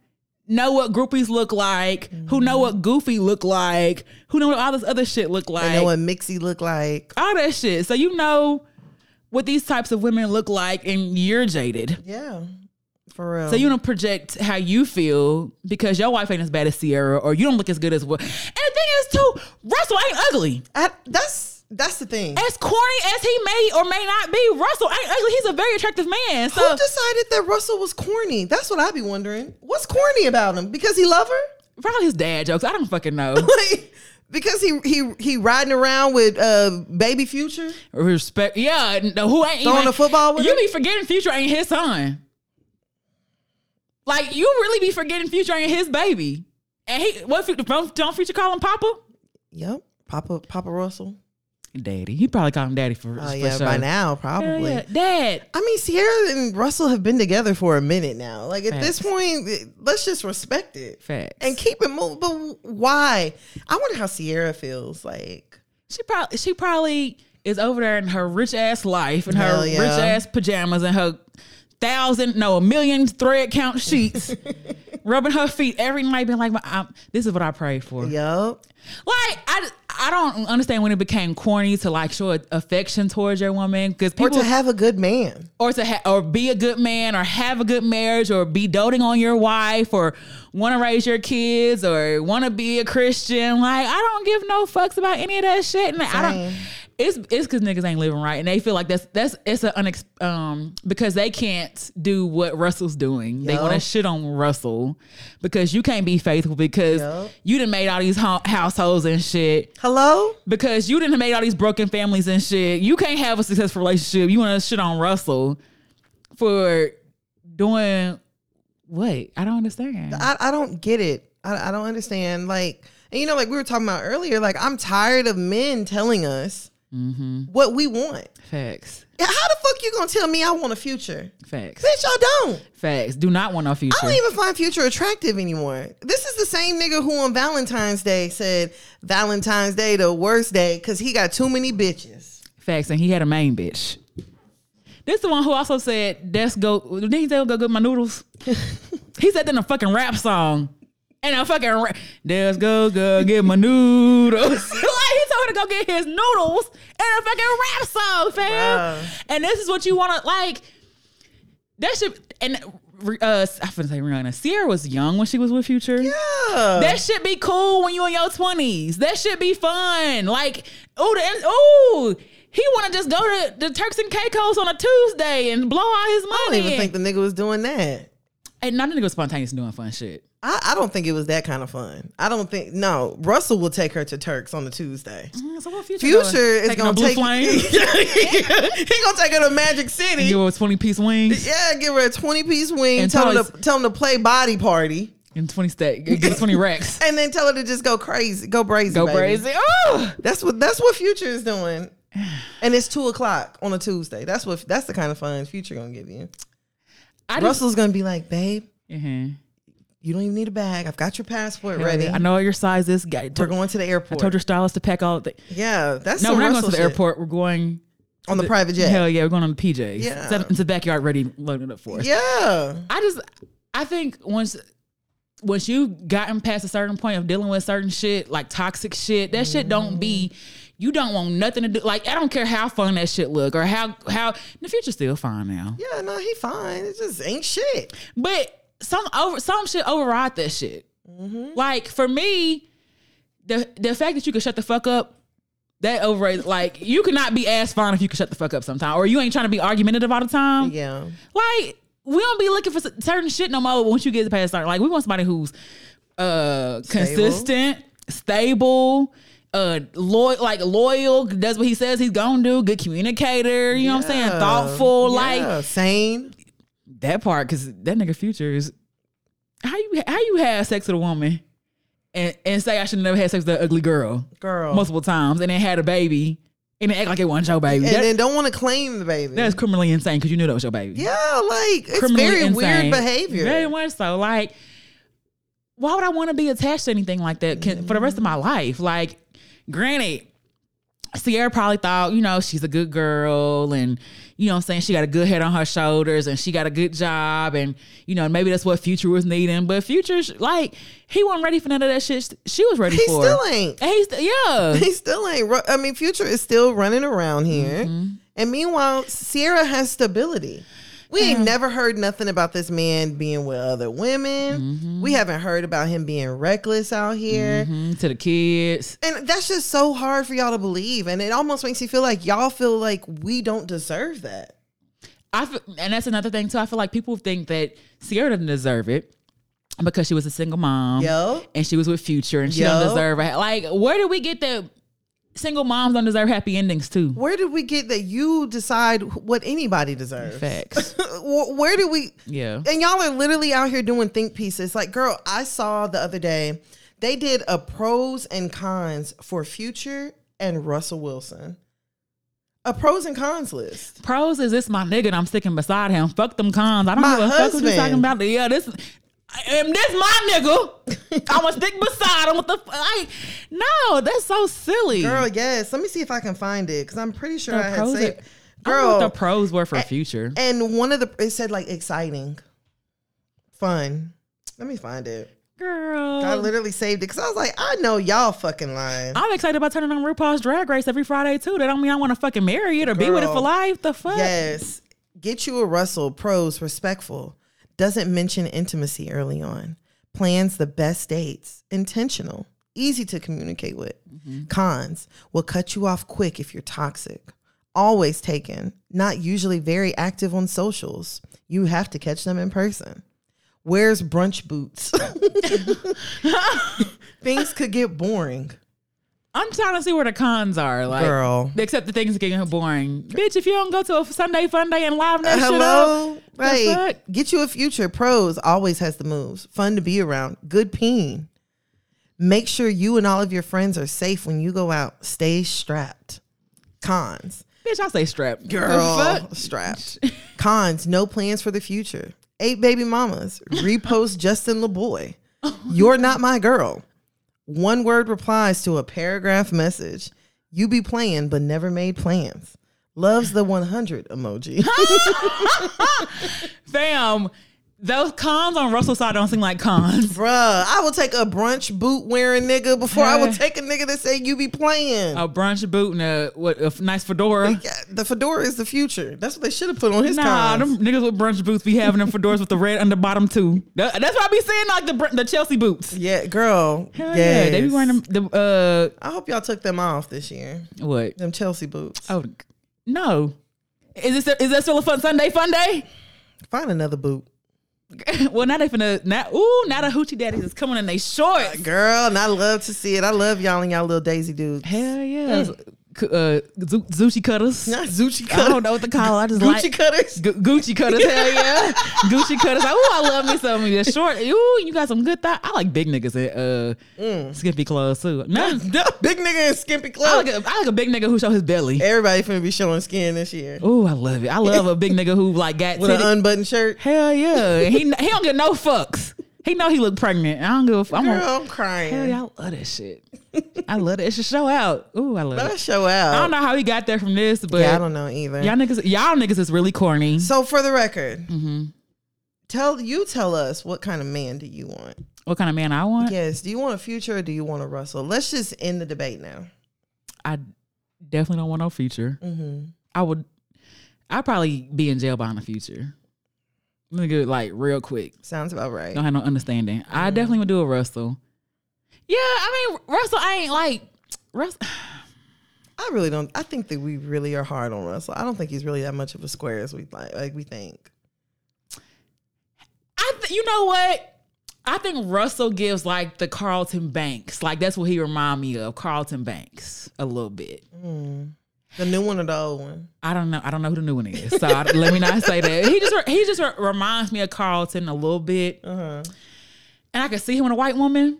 S1: know what groupies look like, who
S2: Mm-hmm.
S1: know what goofy look like, who know what all this other shit look like.
S2: You know what Mixie look like?
S1: all that shit. So you know what these types of women look like, and you're jaded.
S2: Yeah, for real.
S1: So you don't project how you feel because your wife ain't as bad as Sierra, or you don't look as good as what. And the thing is, too, Russell ain't ugly.
S2: I, that's that's the thing.
S1: As corny as he may or may not be, Russell ain't ugly. He's a very attractive man. So
S2: Who decided that Russell was corny? That's what I be wondering. What's corny about him? Because he love her?
S1: probably his dad jokes. I don't fucking know.
S2: Like, because he he he riding around with uh baby future?
S1: Respect. Yeah. No, who ain't
S2: Throwing
S1: even-
S2: the football with
S1: You
S2: him?
S1: be forgetting Future ain't his son. Like you really be forgetting Future ain't his baby. And he what Fu- don't, don't Future call him Papa?
S2: Yep, Papa Papa Russell.
S1: Daddy. He probably call him Daddy for,
S2: Oh
S1: for
S2: yeah,
S1: sure.
S2: by now probably.
S1: Yeah, yeah. Dad.
S2: I mean, Sierra and Russell have been together for a minute now. Like at this
S1: Facts.
S2: point, it- let's just respect it
S1: Facts.
S2: and keep it moving. But why? I wonder how Sierra feels. Like,
S1: she probably she probably is over there in her rich ass life and
S2: Hell
S1: her
S2: yeah.
S1: rich ass pajamas and her thousand no a million thread count sheets, rubbing her feet every night, being like, I'm, "This is what I prayed for."
S2: yup,
S1: Like I, I don't understand when it became corny to like show affection towards your woman because
S2: or
S1: people
S2: to have a good man.
S1: or to ha- or be a good man or have a good marriage or be doting on your wife or want to raise your kids or want to be a Christian. Like I don't give no fucks about any of that shit, and I
S2: Same.
S1: don't. It's it's because niggas ain't living right, and they feel like that's that's it's an unex- um because they can't do what Russell's doing. They
S2: Yup.
S1: want to shit on Russell because you can't be faithful because
S2: Yup.
S1: you done made all these ho- households and shit
S2: Hello,
S1: because you didn't made all these broken families and shit. You can't have a successful relationship. You want to shit on Russell for doing what? I don't understand.
S2: I, I don't get it. I, I don't understand. Like, and you know, like we were talking about earlier. Like, I'm tired of men telling us
S1: Mm-hmm.
S2: what we want.
S1: Facts.
S2: How the fuck you gonna tell me I want a future?
S1: Facts.
S2: Bitch, I don't.
S1: Facts. Do not want no future.
S2: I don't even find future attractive anymore. This is the same nigga who on Valentine's Day said Valentine's Day the worst day because he got too many bitches.
S1: Facts. And he had a main bitch. This the one who also said, "That's go." Did he say, "Go get my noodles"? he said that in a fucking rap song. And a fucking ra- let's go go get my noodles. like he told her to go get his noodles and a fucking rap song, fam.
S2: Bruh.
S1: And this is what you want to like. That should and uh, I'm gonna say Rihanna. Sierra was young when she was with Future.
S2: Yeah.
S1: That should be cool when you in your twenties. That should be fun. Like, oh, the, oh, he want to just go to the Turks and Caicos on a Tuesday and blow all his money.
S2: I don't even think the nigga was doing that.
S1: and not a nigga was spontaneous and doing fun shit.
S2: I, I don't think it was that kind of fun. I don't think no. Russell will take her to Turks on a Tuesday.
S1: Mm, So what future?
S2: Future
S1: doing?
S2: is
S1: Taking
S2: gonna
S1: a blue
S2: take
S1: flame.
S2: he gonna take her to Magic City.
S1: Give her twenty piece wings
S2: Yeah, give her a twenty piece wing.
S1: And
S2: tell her
S1: toys.
S2: to tell him to play body party,
S1: and twenty stack. Give her twenty racks.
S2: and then tell her to just go crazy, go brazy,
S1: Go
S2: baby.
S1: crazy. Oh,
S2: That's what that's what Future is doing, and it's two o'clock on a Tuesday. That's what that's the kind of fun Future gonna give you.
S1: I just.
S2: Russell's gonna be like, babe,
S1: Mhm.
S2: you don't even need a bag. I've got your passport
S1: Hell
S2: ready.
S1: yeah. I know your size is. Got,
S2: We're going to the airport.
S1: told your stylist to pack all the.
S2: yeah, that's
S1: No,
S2: some
S1: we're not going
S2: Russell
S1: to the
S2: shit.
S1: airport. We're going
S2: on the, private jet.
S1: Hell yeah, we're going on the PJs.
S2: Yeah.
S1: Set up into the backyard ready, loaded up for us.
S2: yeah,
S1: I just, I think once, once you've gotten past a certain point of dealing with certain shit, like toxic shit, that shit don't be, you don't want nothing to do. Like, I don't care how fun that shit look or how, how, the future's still fine now.
S2: yeah. No, he fine. It just ain't shit.
S1: But some over, some shit override that shit. Like, for me, the, the fact that you can shut the fuck up, that overrated, like, you cannot be as fine if you can shut the fuck up sometime, or you ain't trying to be argumentative all the time.
S2: Yeah,
S1: Like we don't be looking for s- certain shit no more. Once you get past certain, like we want somebody who's uh consistent, stable, uh loyal, like loyal, does what he says he's gonna do. Good communicator, you know what I'm saying?
S2: Yeah.
S1: Thoughtful,
S2: Yeah,
S1: like
S2: sane.
S1: that part. Because that nigga future is how you how you have sex with a woman and and say I should never had sex with an ugly girl
S2: girl,
S1: multiple times and then had a baby and then act like it wasn't your baby.
S2: and
S1: That,
S2: then don't want to claim the baby.
S1: that's criminally insane because you knew that was your baby.
S2: yeah, like it's
S1: criminally
S2: very
S1: insane.
S2: weird behavior.
S1: Very much so. Like, why would I want to be attached to anything like that can, for the rest of my life? Like, granted, Sierra probably thought, you know, she's a good girl and, you know what I'm saying, she got a good head on her shoulders and she got a good job and, you know, maybe that's what Future was needing. But Future's like, he wasn't ready for none of that shit she was ready
S2: he
S1: for.
S2: still ain't.
S1: And he's still, yeah.
S2: He still ain't. ru- I mean, Future is still running around here, and meanwhile, Sierra has stability. We ain't never heard nothing about this man being with other women. We haven't heard about him being reckless out here.
S1: Mhm, to the kids.
S2: And that's just so hard for y'all to believe. And it almost makes you feel like y'all feel like we don't deserve that.
S1: I feel, and that's another thing too. I feel like people think that Sierra doesn't deserve it because she was a single mom.
S2: Yo.
S1: and she was with Future, and she
S2: Yup.
S1: don't deserve a like. Where did we get that? Single moms don't deserve happy endings too.
S2: Where did we get that you decide wh- what anybody deserves?
S1: Facts.
S2: Wh- Where do we?
S1: Yeah.
S2: And y'all are literally out here doing think pieces. Like, girl, I saw the other day they did a pros and cons for Future and Russell Wilson. A pros and cons list.
S1: Pros is this my nigga, and I'm sticking beside him. Fuck them cons. I don't
S2: My
S1: give a fuck what
S2: husband.
S1: you talking about. Yeah, this. I am this my nigga. I'm gonna stick beside him. What the fuck? Like, no, that's so silly.
S2: Girl, yes. Let me see if I can find it because I'm pretty sure
S1: The
S2: I had
S1: pros
S2: saved.
S1: I don't know what
S2: Girl,
S1: the pros were for future.
S2: and one of the it said like exciting, fun. Let me find it.
S1: Girl,
S2: I literally saved it because I was like, I know y'all fucking lying.
S1: I'm excited about turning on RuPaul's Drag Race every Friday too. That don't mean I want to fucking marry it or be with it
S2: Girl.
S1: for life. The fuck?
S2: Yes. Get you a Russell, pros, respectful, doesn't mention intimacy early on, plans the best dates, intentional, easy to communicate with. Cons will cut you off quick if you're toxic, always taken, not usually very active on socials. You have to catch them in person. Wears brunch boots. Things could get boring.
S1: I'm trying to see where the cons are. Like,
S2: Girl.
S1: except the things getting boring. Bitch, if you don't go to a Sunday fun day and live that shit up,
S2: Uh, Hello, right?
S1: fuck?
S2: Get you a future. Pros always has the moves. Fun to be around. Good peen. Make sure you and all of your friends are safe when you go out. Stay strapped. Cons.
S1: Bitch, I say strap. The
S2: Girl,
S1: fuck?
S2: strapped. Cons, no plans for the future. Eight baby mamas. Repost Justin LeBoy. You're not my girl. One word replies to a paragraph message. You be playing, but never made plans. Loves the 100 emoji.
S1: Fam, those cons on Russell's side don't seem like cons.
S2: Bruh, I will take a brunch boot wearing nigga before I will
S1: Yeah. Oh.
S2: take a nigga that say you be playing.
S1: A brunch boot and a, what, a f- nice fedora.
S2: Yeah, the fedora is the future. That's what they should have put on his
S1: Nah,
S2: cons.
S1: them niggas with brunch boots be having them fedoras with the red under bottom too. That- that's what I be seeing like the br- the Chelsea boots.
S2: Yeah, girl.
S1: Hell yeah, they be
S2: yes.
S1: wearing them. The
S2: I hope y'all took them off this year.
S1: uh, what?
S2: Them Chelsea boots.
S1: Oh no, is this is that still a fun Sunday fun day?
S2: Find another boot.
S1: well, now they finna now. Ooh, now the hoochie daddies is coming in they shorts.
S2: Girl, and I love to see it. I love y'all and y'all little daisy dudes.
S1: Hell yeah, C- uh, Zu- Zuchi cutters.
S2: Not Zucci
S1: I don't
S2: cutters.
S1: know what to call. It. I just
S2: Gucci
S1: like.
S2: cutters.
S1: Gu- Gucci cutters, hell yeah! Gucci cutters. Like, ooh, I love me some of your short. Ooh, you got some good thought. I like big niggas in uh, skimpy clothes too. No,
S2: Big nigga in skimpy
S1: I
S2: clothes.
S1: like, a, I like a big nigga who show his belly.
S2: Everybody finna be showing skin this year.
S1: Ooh, I love it. I love a big nigga who like got
S2: With an
S1: titty-
S2: unbuttoned shirt.
S1: Hell yeah. he he don't get no fucks. He know he look pregnant. I don't give a fuck. I'm
S2: Girl,
S1: a,
S2: I'm crying.
S1: hell yeah, I love that shit. I love that. It's a show out. Ooh, I love it.
S2: Let us show out.
S1: I don't know how he got there from this, but
S2: Yeah, I don't know either.
S1: y'all niggas, y'all niggas is really corny.
S2: So for the record,
S1: Mm-hmm.
S2: tell you tell us what kind of man do you want?
S1: What kind of man I want?
S2: Yes, do you want a future or do you want a Russell? Let's just end the debate now.
S1: I definitely don't want no future.
S2: Mm-hmm.
S1: I would, I'd probably be in jail by in the future. Nigga, like real quick.
S2: Sounds about right.
S1: Don't have no understanding.
S2: Mm-hmm.
S1: I definitely would do a Russell. Yeah, I mean Russell. I ain't like Russell.
S2: I really don't. I think that we really are hard on Russell. I don't think he's really that much of a square as we like. Like we think.
S1: I th- you know what? I think Russell gives like the Carlton Banks. Like that's what he remind me of, Carlton Banks a little bit.
S2: The new one or the old one?
S1: I don't know. I don't know who the new one is. So I, let me not say that. He just re- he just re- reminds me of Carlton a little bit. And I can see him with a white woman.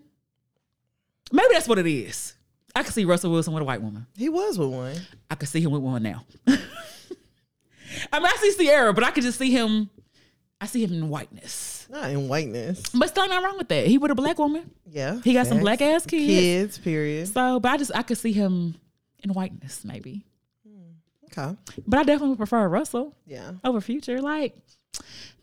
S1: Maybe that's what it is. I can see Russell Wilson with a white woman.
S2: He was with one.
S1: I could see him with one now. I mean, I see Sierra, but I could just see him. I see him in whiteness.
S2: Not in whiteness.
S1: But still, not wrong with that. He with a black woman.
S2: Yeah.
S1: He got some
S2: facts.
S1: black ass kids.
S2: kids. Period.
S1: So, but I just I could see him in whiteness maybe.
S2: Okay.
S1: But I definitely would prefer Russell
S2: Yeah.
S1: over Future. Like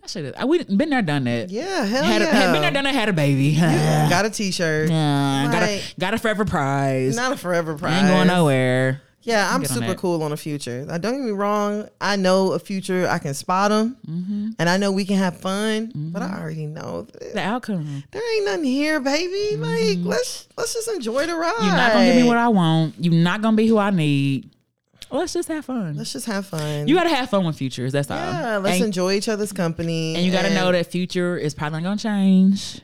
S1: that shit. Is, I we done- been there, done that.
S2: Yeah. Hell
S1: Had, a,
S2: yeah.
S1: had been there, done that. Had a baby. Yeah.
S2: got a T-shirt.
S1: got a
S2: Right.
S1: got a forever prize.
S2: Not a forever prize.
S1: Ain't going nowhere.
S2: Yeah, I'm
S1: get on
S2: super
S1: that.
S2: cool on a future. Now, don't get me wrong. I know a future. I can spot him,
S1: Mm-hmm.
S2: and I know we can have fun. But I already know that
S1: The outcome.
S2: there ain't nothing here, baby. Like let's let's just enjoy the ride.
S1: Mm-hmm. You're not gonna give me what I want. You're not gonna be who I need. Let's just have fun.
S2: Let's just have fun.
S1: you gotta have fun with futures. That's all.
S2: yeah, let's
S1: and,
S2: enjoy each other's company.
S1: and you gotta know that future is probably not gonna change.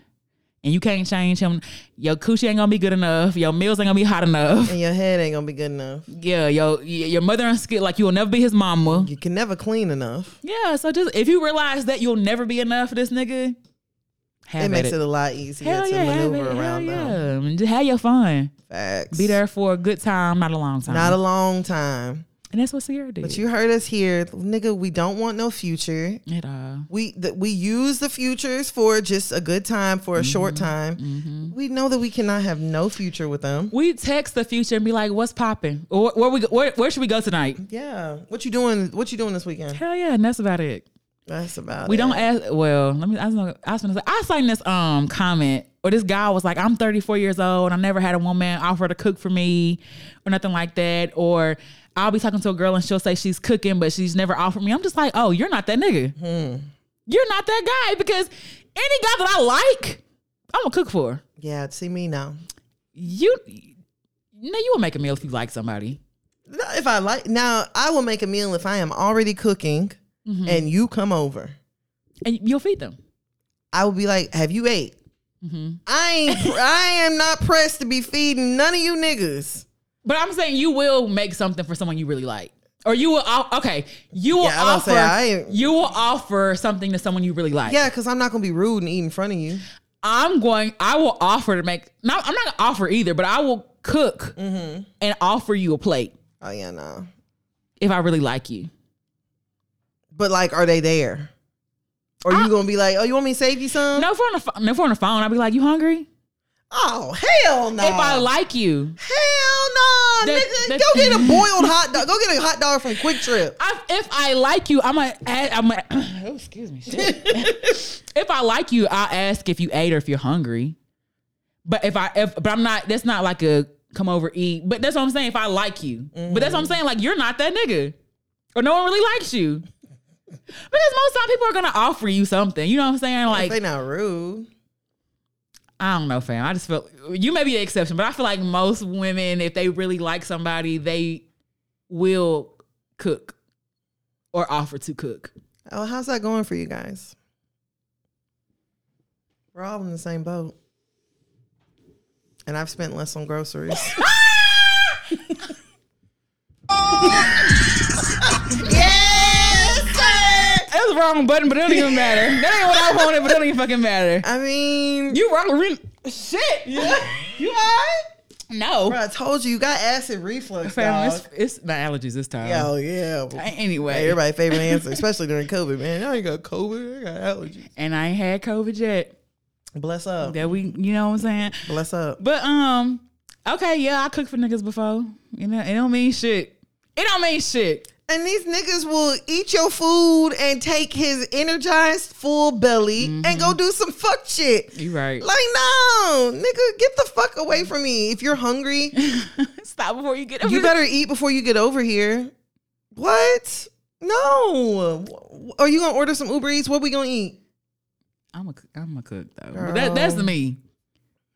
S1: And you can't change him. Your coochie ain't gonna be good enough. Your meals ain't gonna be hot enough.
S2: And your head ain't gonna be good enough.
S1: Yeah, yo, y- your mother unskilled. Like you'll never be his mama.
S2: You can never clean enough.
S1: Yeah, so just if you realize that you'll never be enough for this nigga, have
S2: It
S1: at
S2: makes
S1: it.
S2: it. a lot easier
S1: hell
S2: to
S1: yeah, have
S2: maneuver
S1: it. Hell
S2: around them.
S1: yeah, and just have your fun.
S2: Facts.
S1: Be there for a good time, not a long time.
S2: Not a long time.
S1: and that's what Sierra did.
S2: But you heard us here, nigga. We don't want no future.
S1: It, uh,
S2: we that we use the futures for just a good time for a short
S1: Mm-hmm.
S2: time. We know that we cannot have no future with them.
S1: we text the future and be like, "What's popping? Where, where we go, where, where should we go tonight?"
S2: Yeah. What you doing? What you doing this weekend?
S1: Hell yeah, and that's about it.
S2: That's about
S1: We
S2: it.
S1: don't ask. Well, let me. I was gonna. I was gonna say. I seen this um comment or this guy was like, "I'm 34 years old. and I never had a woman offer to cook for me, or nothing like that." Or I'll be talking to a girl and she'll say she's cooking, but she's never offered me. I'm just like, "Oh, you're not that nigga. You're not that guy." Because any guy that I like, I'm gonna cook for
S2: Yeah. See me now.
S1: you. No, you will make a meal if you like somebody.
S2: No, If I like now, I will make a meal if I am already cooking,
S1: Mm-hmm.
S2: and you come over.
S1: and you'll feed them.
S2: I will be like, "Have you ate?"
S1: Mm-hmm.
S2: I ain't. I am not pressed to be feeding none of you niggas.
S1: But I'm saying you will make something for someone you really like. Or you will off- okay, you will
S2: Yeah, I don't
S1: offer
S2: say I ain't-
S1: you will offer something to someone you really like.
S2: Yeah, because I'm not gonna be rude and eat in front of you.
S1: I'm going I will offer to make
S2: Mm-hmm.
S1: not I'm not gonna offer either, but I will cook and offer you a plate.
S2: Oh yeah, no.
S1: if I really like you.
S2: But like, are they there? Or you gonna be like, oh, you want me to save you some?
S1: No, if we're on the pho- if we're on the phone, I'd be like, "You hungry?"
S2: Oh hell no!
S1: If I like you,
S2: hell no,
S1: That-
S2: nigga,
S1: that-
S2: go get a boiled hot dog. Go get a hot dog from Quick Trip.
S1: I, if I like you, I'm a. I'm a. Oh, excuse me. Shit. if I like you, I'll ask if you ate or if you're hungry. But if I, if, but I'm not. That's not like a come over eat. But that's what I'm saying. If I like you, but that's what I'm saying. Like you're not that nigga, or no one really likes you. Because most time people are gonna offer you something. You know what I'm saying? Like
S2: they not rude.
S1: I don't know, fam. I just feel you may be the exception, but I feel like most women, if they really like somebody, they will cook or offer to cook.
S2: Oh, how's that going for you guys? We're all in the same boat. And I've spent less on groceries.
S1: That was the wrong button, but it don't even matter. That ain't what I wanted, but it don't even fucking matter.
S2: I mean,
S1: You wrong, re- shit.
S2: you all right?
S1: No,
S2: Bro, I told you, you got acid reflux,
S1: fam.
S2: dog.
S1: It's, it's not allergies this time.
S2: Hell yeah. Well,
S1: Anyway,
S2: Everybody's favorite answer, especially during COVID, man. Y'all ain't got COVID, I got allergies.
S1: and I ain't had COVID yet.
S2: Bless up.
S1: That we, you know what I'm saying.
S2: Bless up.
S1: But um, okay, yeah, I cooked for niggas before. You know, it don't mean shit. It don't mean shit.
S2: And these niggas will eat your food and take his energized full belly and go do some fuck shit.
S1: You right.
S2: Like, no, nigga, get the fuck away from me. If you're hungry,
S1: Stop before you get.
S2: you better eat before you get over here. What? No. W- Are you gonna order some Uber Eats? What we gonna eat?
S1: I'm a, I'm a cook though. But that, that's me.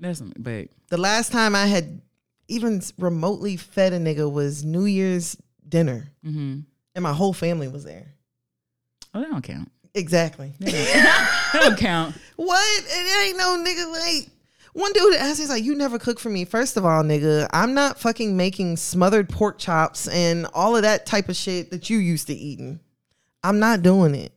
S1: That's me, babe.
S2: The last time I had even remotely fed a nigga was New Year's dinner,
S1: Mm-hmm.
S2: and my whole family was there.
S1: Oh, that don't count.
S2: Exactly.
S1: That don't count.
S2: What? It ain't no nigga like. One dude asked me, he's like, you never cook for me. First of all, nigga, I'm not fucking making smothered pork chops and all of that type of shit that you used to eating. I'm not doing it.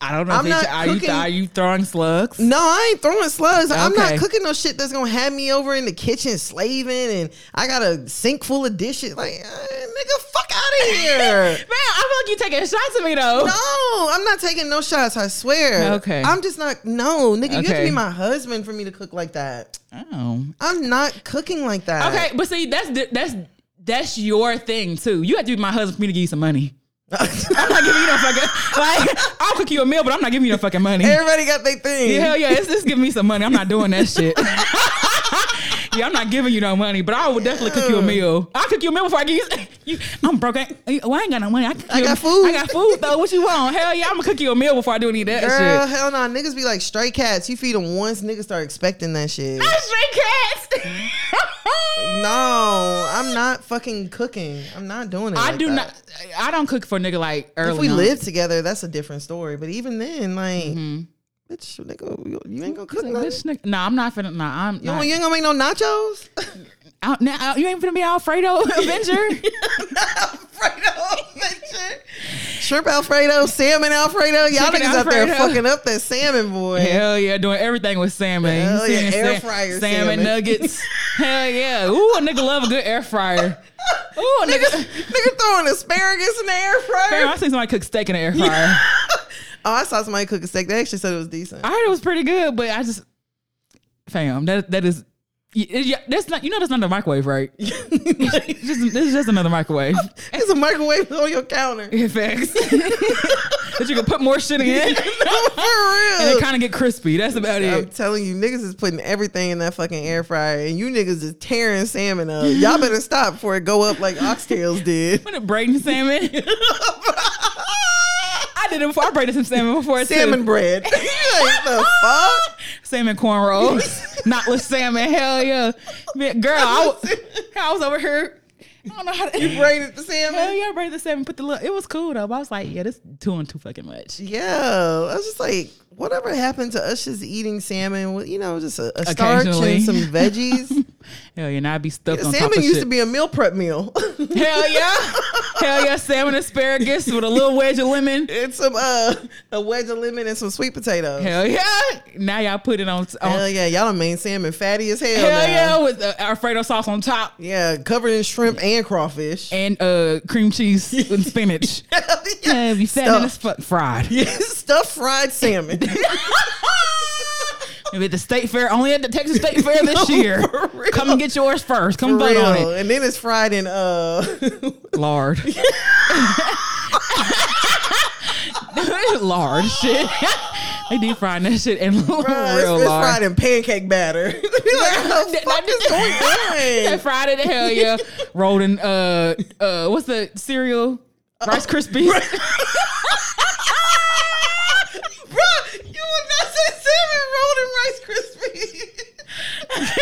S1: I don't know.
S2: I'm
S1: if
S2: not
S1: it's- are, you,
S2: cooking-
S1: are you throwing slugs?
S2: No, I ain't throwing slugs. I'm not
S1: Okay.
S2: cooking no shit that's gonna have me over in the kitchen slaving and I got a sink full of dishes. Like, eh, nigga, fuck out of here.
S1: Man, I feel like you taking shots at me though.
S2: No, I'm not taking no shots. I swear.
S1: Okay.
S2: I'm just not. No, nigga, you have to
S1: Okay.
S2: be my husband for me to cook like that.
S1: Oh.
S2: I'm not cooking like that.
S1: Okay, but see, that's di- that's that's your thing too. You have to be my husband for me to give you some money. I'm not giving you no fucking like. I'll cook you a meal, but I'm not giving you no fucking money.
S2: Everybody got their thing.
S1: Yeah, hell yeah, it's just give me some money. I'm not doing that shit. yeah, I'm not giving you no money, but I would definitely cook you a meal. I'll cook you a meal before I give you. you I'm broke. I, ain't- well, I ain't got no money. I, cook
S2: I
S1: you a-
S2: got food.
S1: I got food though. What you want? Hell yeah, I'm gonna cook you a meal before I do any of that
S2: Girl,
S1: shit.
S2: hell no. Niggas be like stray cats. You feed them once, niggas start expecting that shit.
S1: Straight cats.
S2: No, I'm not fucking cooking. I'm not doing it.
S1: I
S2: like
S1: do
S2: that.
S1: not. I don't cook for nigga like early.
S2: If we
S1: on.
S2: live together, that's a different story. But even then, like, bitch, nigga, you, you ain't gonna
S1: Mm-hmm.
S2: cook
S1: Like,
S2: nothing.
S1: this nigga, nah, I'm not finna. Nah, I'm.
S2: You,
S1: not,
S2: don't- you ain't gonna make no nachos?
S1: out, now, you ain't finna be Alfredo Avenger.
S2: Alfredo, bitch. shrimp Alfredo, salmon Alfredo. Y'all
S1: Chicken
S2: niggas out there
S1: Alfredo.
S2: fucking up that salmon, boy.
S1: Hell yeah, doing everything with salmon. You
S2: Hell yeah,
S1: seeing
S2: air
S1: sa-
S2: fryer
S1: salmon,
S2: salmon.
S1: nuggets. Hell yeah. Ooh, a nigga love a good air fryer. Ooh, a nigga.
S2: nigga throwing asparagus in the air fryer.
S1: Fam, I seen somebody cook steak in an air fryer.
S2: Oh, I saw somebody cook a steak. They actually said it was decent.
S1: I heard it was pretty good, but I just, fam, that that is, y- y- that's not. You know, that's not the microwave, right? It's just, this is just another microwave.
S2: There's a microwave on your counter.
S1: In fact, that you can put more shit in and
S2: For
S1: it
S2: real.
S1: kind of get crispy. That's about
S2: I'm
S1: it.
S2: telling you, niggas is putting everything in that fucking air fryer, and you niggas is tearing salmon up. Y'all better stop before it go up like oxtails did.
S1: What a Braden salmon. I did it before. I braided some salmon before too.
S2: Salmon bread. like, the fuck?
S1: salmon corn rolls, not with salmon. Hell yeah, Man, girl. I was, I was over here. I don't know how to. You
S2: Braided the
S1: Hell
S2: salmon.
S1: yeah, I braided the salmon. Put the little. It was cool though. But I was like, yeah, this doing too fucking much.
S2: Yeah, I was just like, whatever happened to us just eating salmon with, you know, just a, a starch and
S1: Occasionally.
S2: some veggies.
S1: Hell yeah, now I'd be stuck on top
S2: Salmon
S1: of
S2: used
S1: shit.
S2: to be a meal prep meal.
S1: Hell yeah. Hell yeah, salmon asparagus with a little wedge of lemon.
S2: it's some uh, a wedge of lemon and some sweet potatoes. Hell,
S1: Hell yeah. Now y'all put it on, on hell,
S2: yeah, y'all done made salmon fatty as hell. now.
S1: yeah with uh, Alfredo sauce on top
S2: Yeah, covered in shrimp and crawfish.
S1: and uh, cream cheese and spinach. Yeah, it'd be salmon as fuck fried.
S2: Stuffed fried salmon.
S1: If at the state fair, only at the Texas State Fair this year.
S2: for real.
S1: Come and get yours first. Come vote on
S2: Real.
S1: it.
S2: And then it's fried in uh
S1: Lard. lard shit. they deep frying that shit in real
S2: fried, it's, it's
S1: lard.
S2: fried in pancake batter. like, how the fuck is going
S1: That
S2: on?
S1: Friday the hell yeah. Rolled in uh uh what's the cereal? Uh, Rice Krispies.
S2: Bruh, you would not say salmon rolled in Rice Krispies.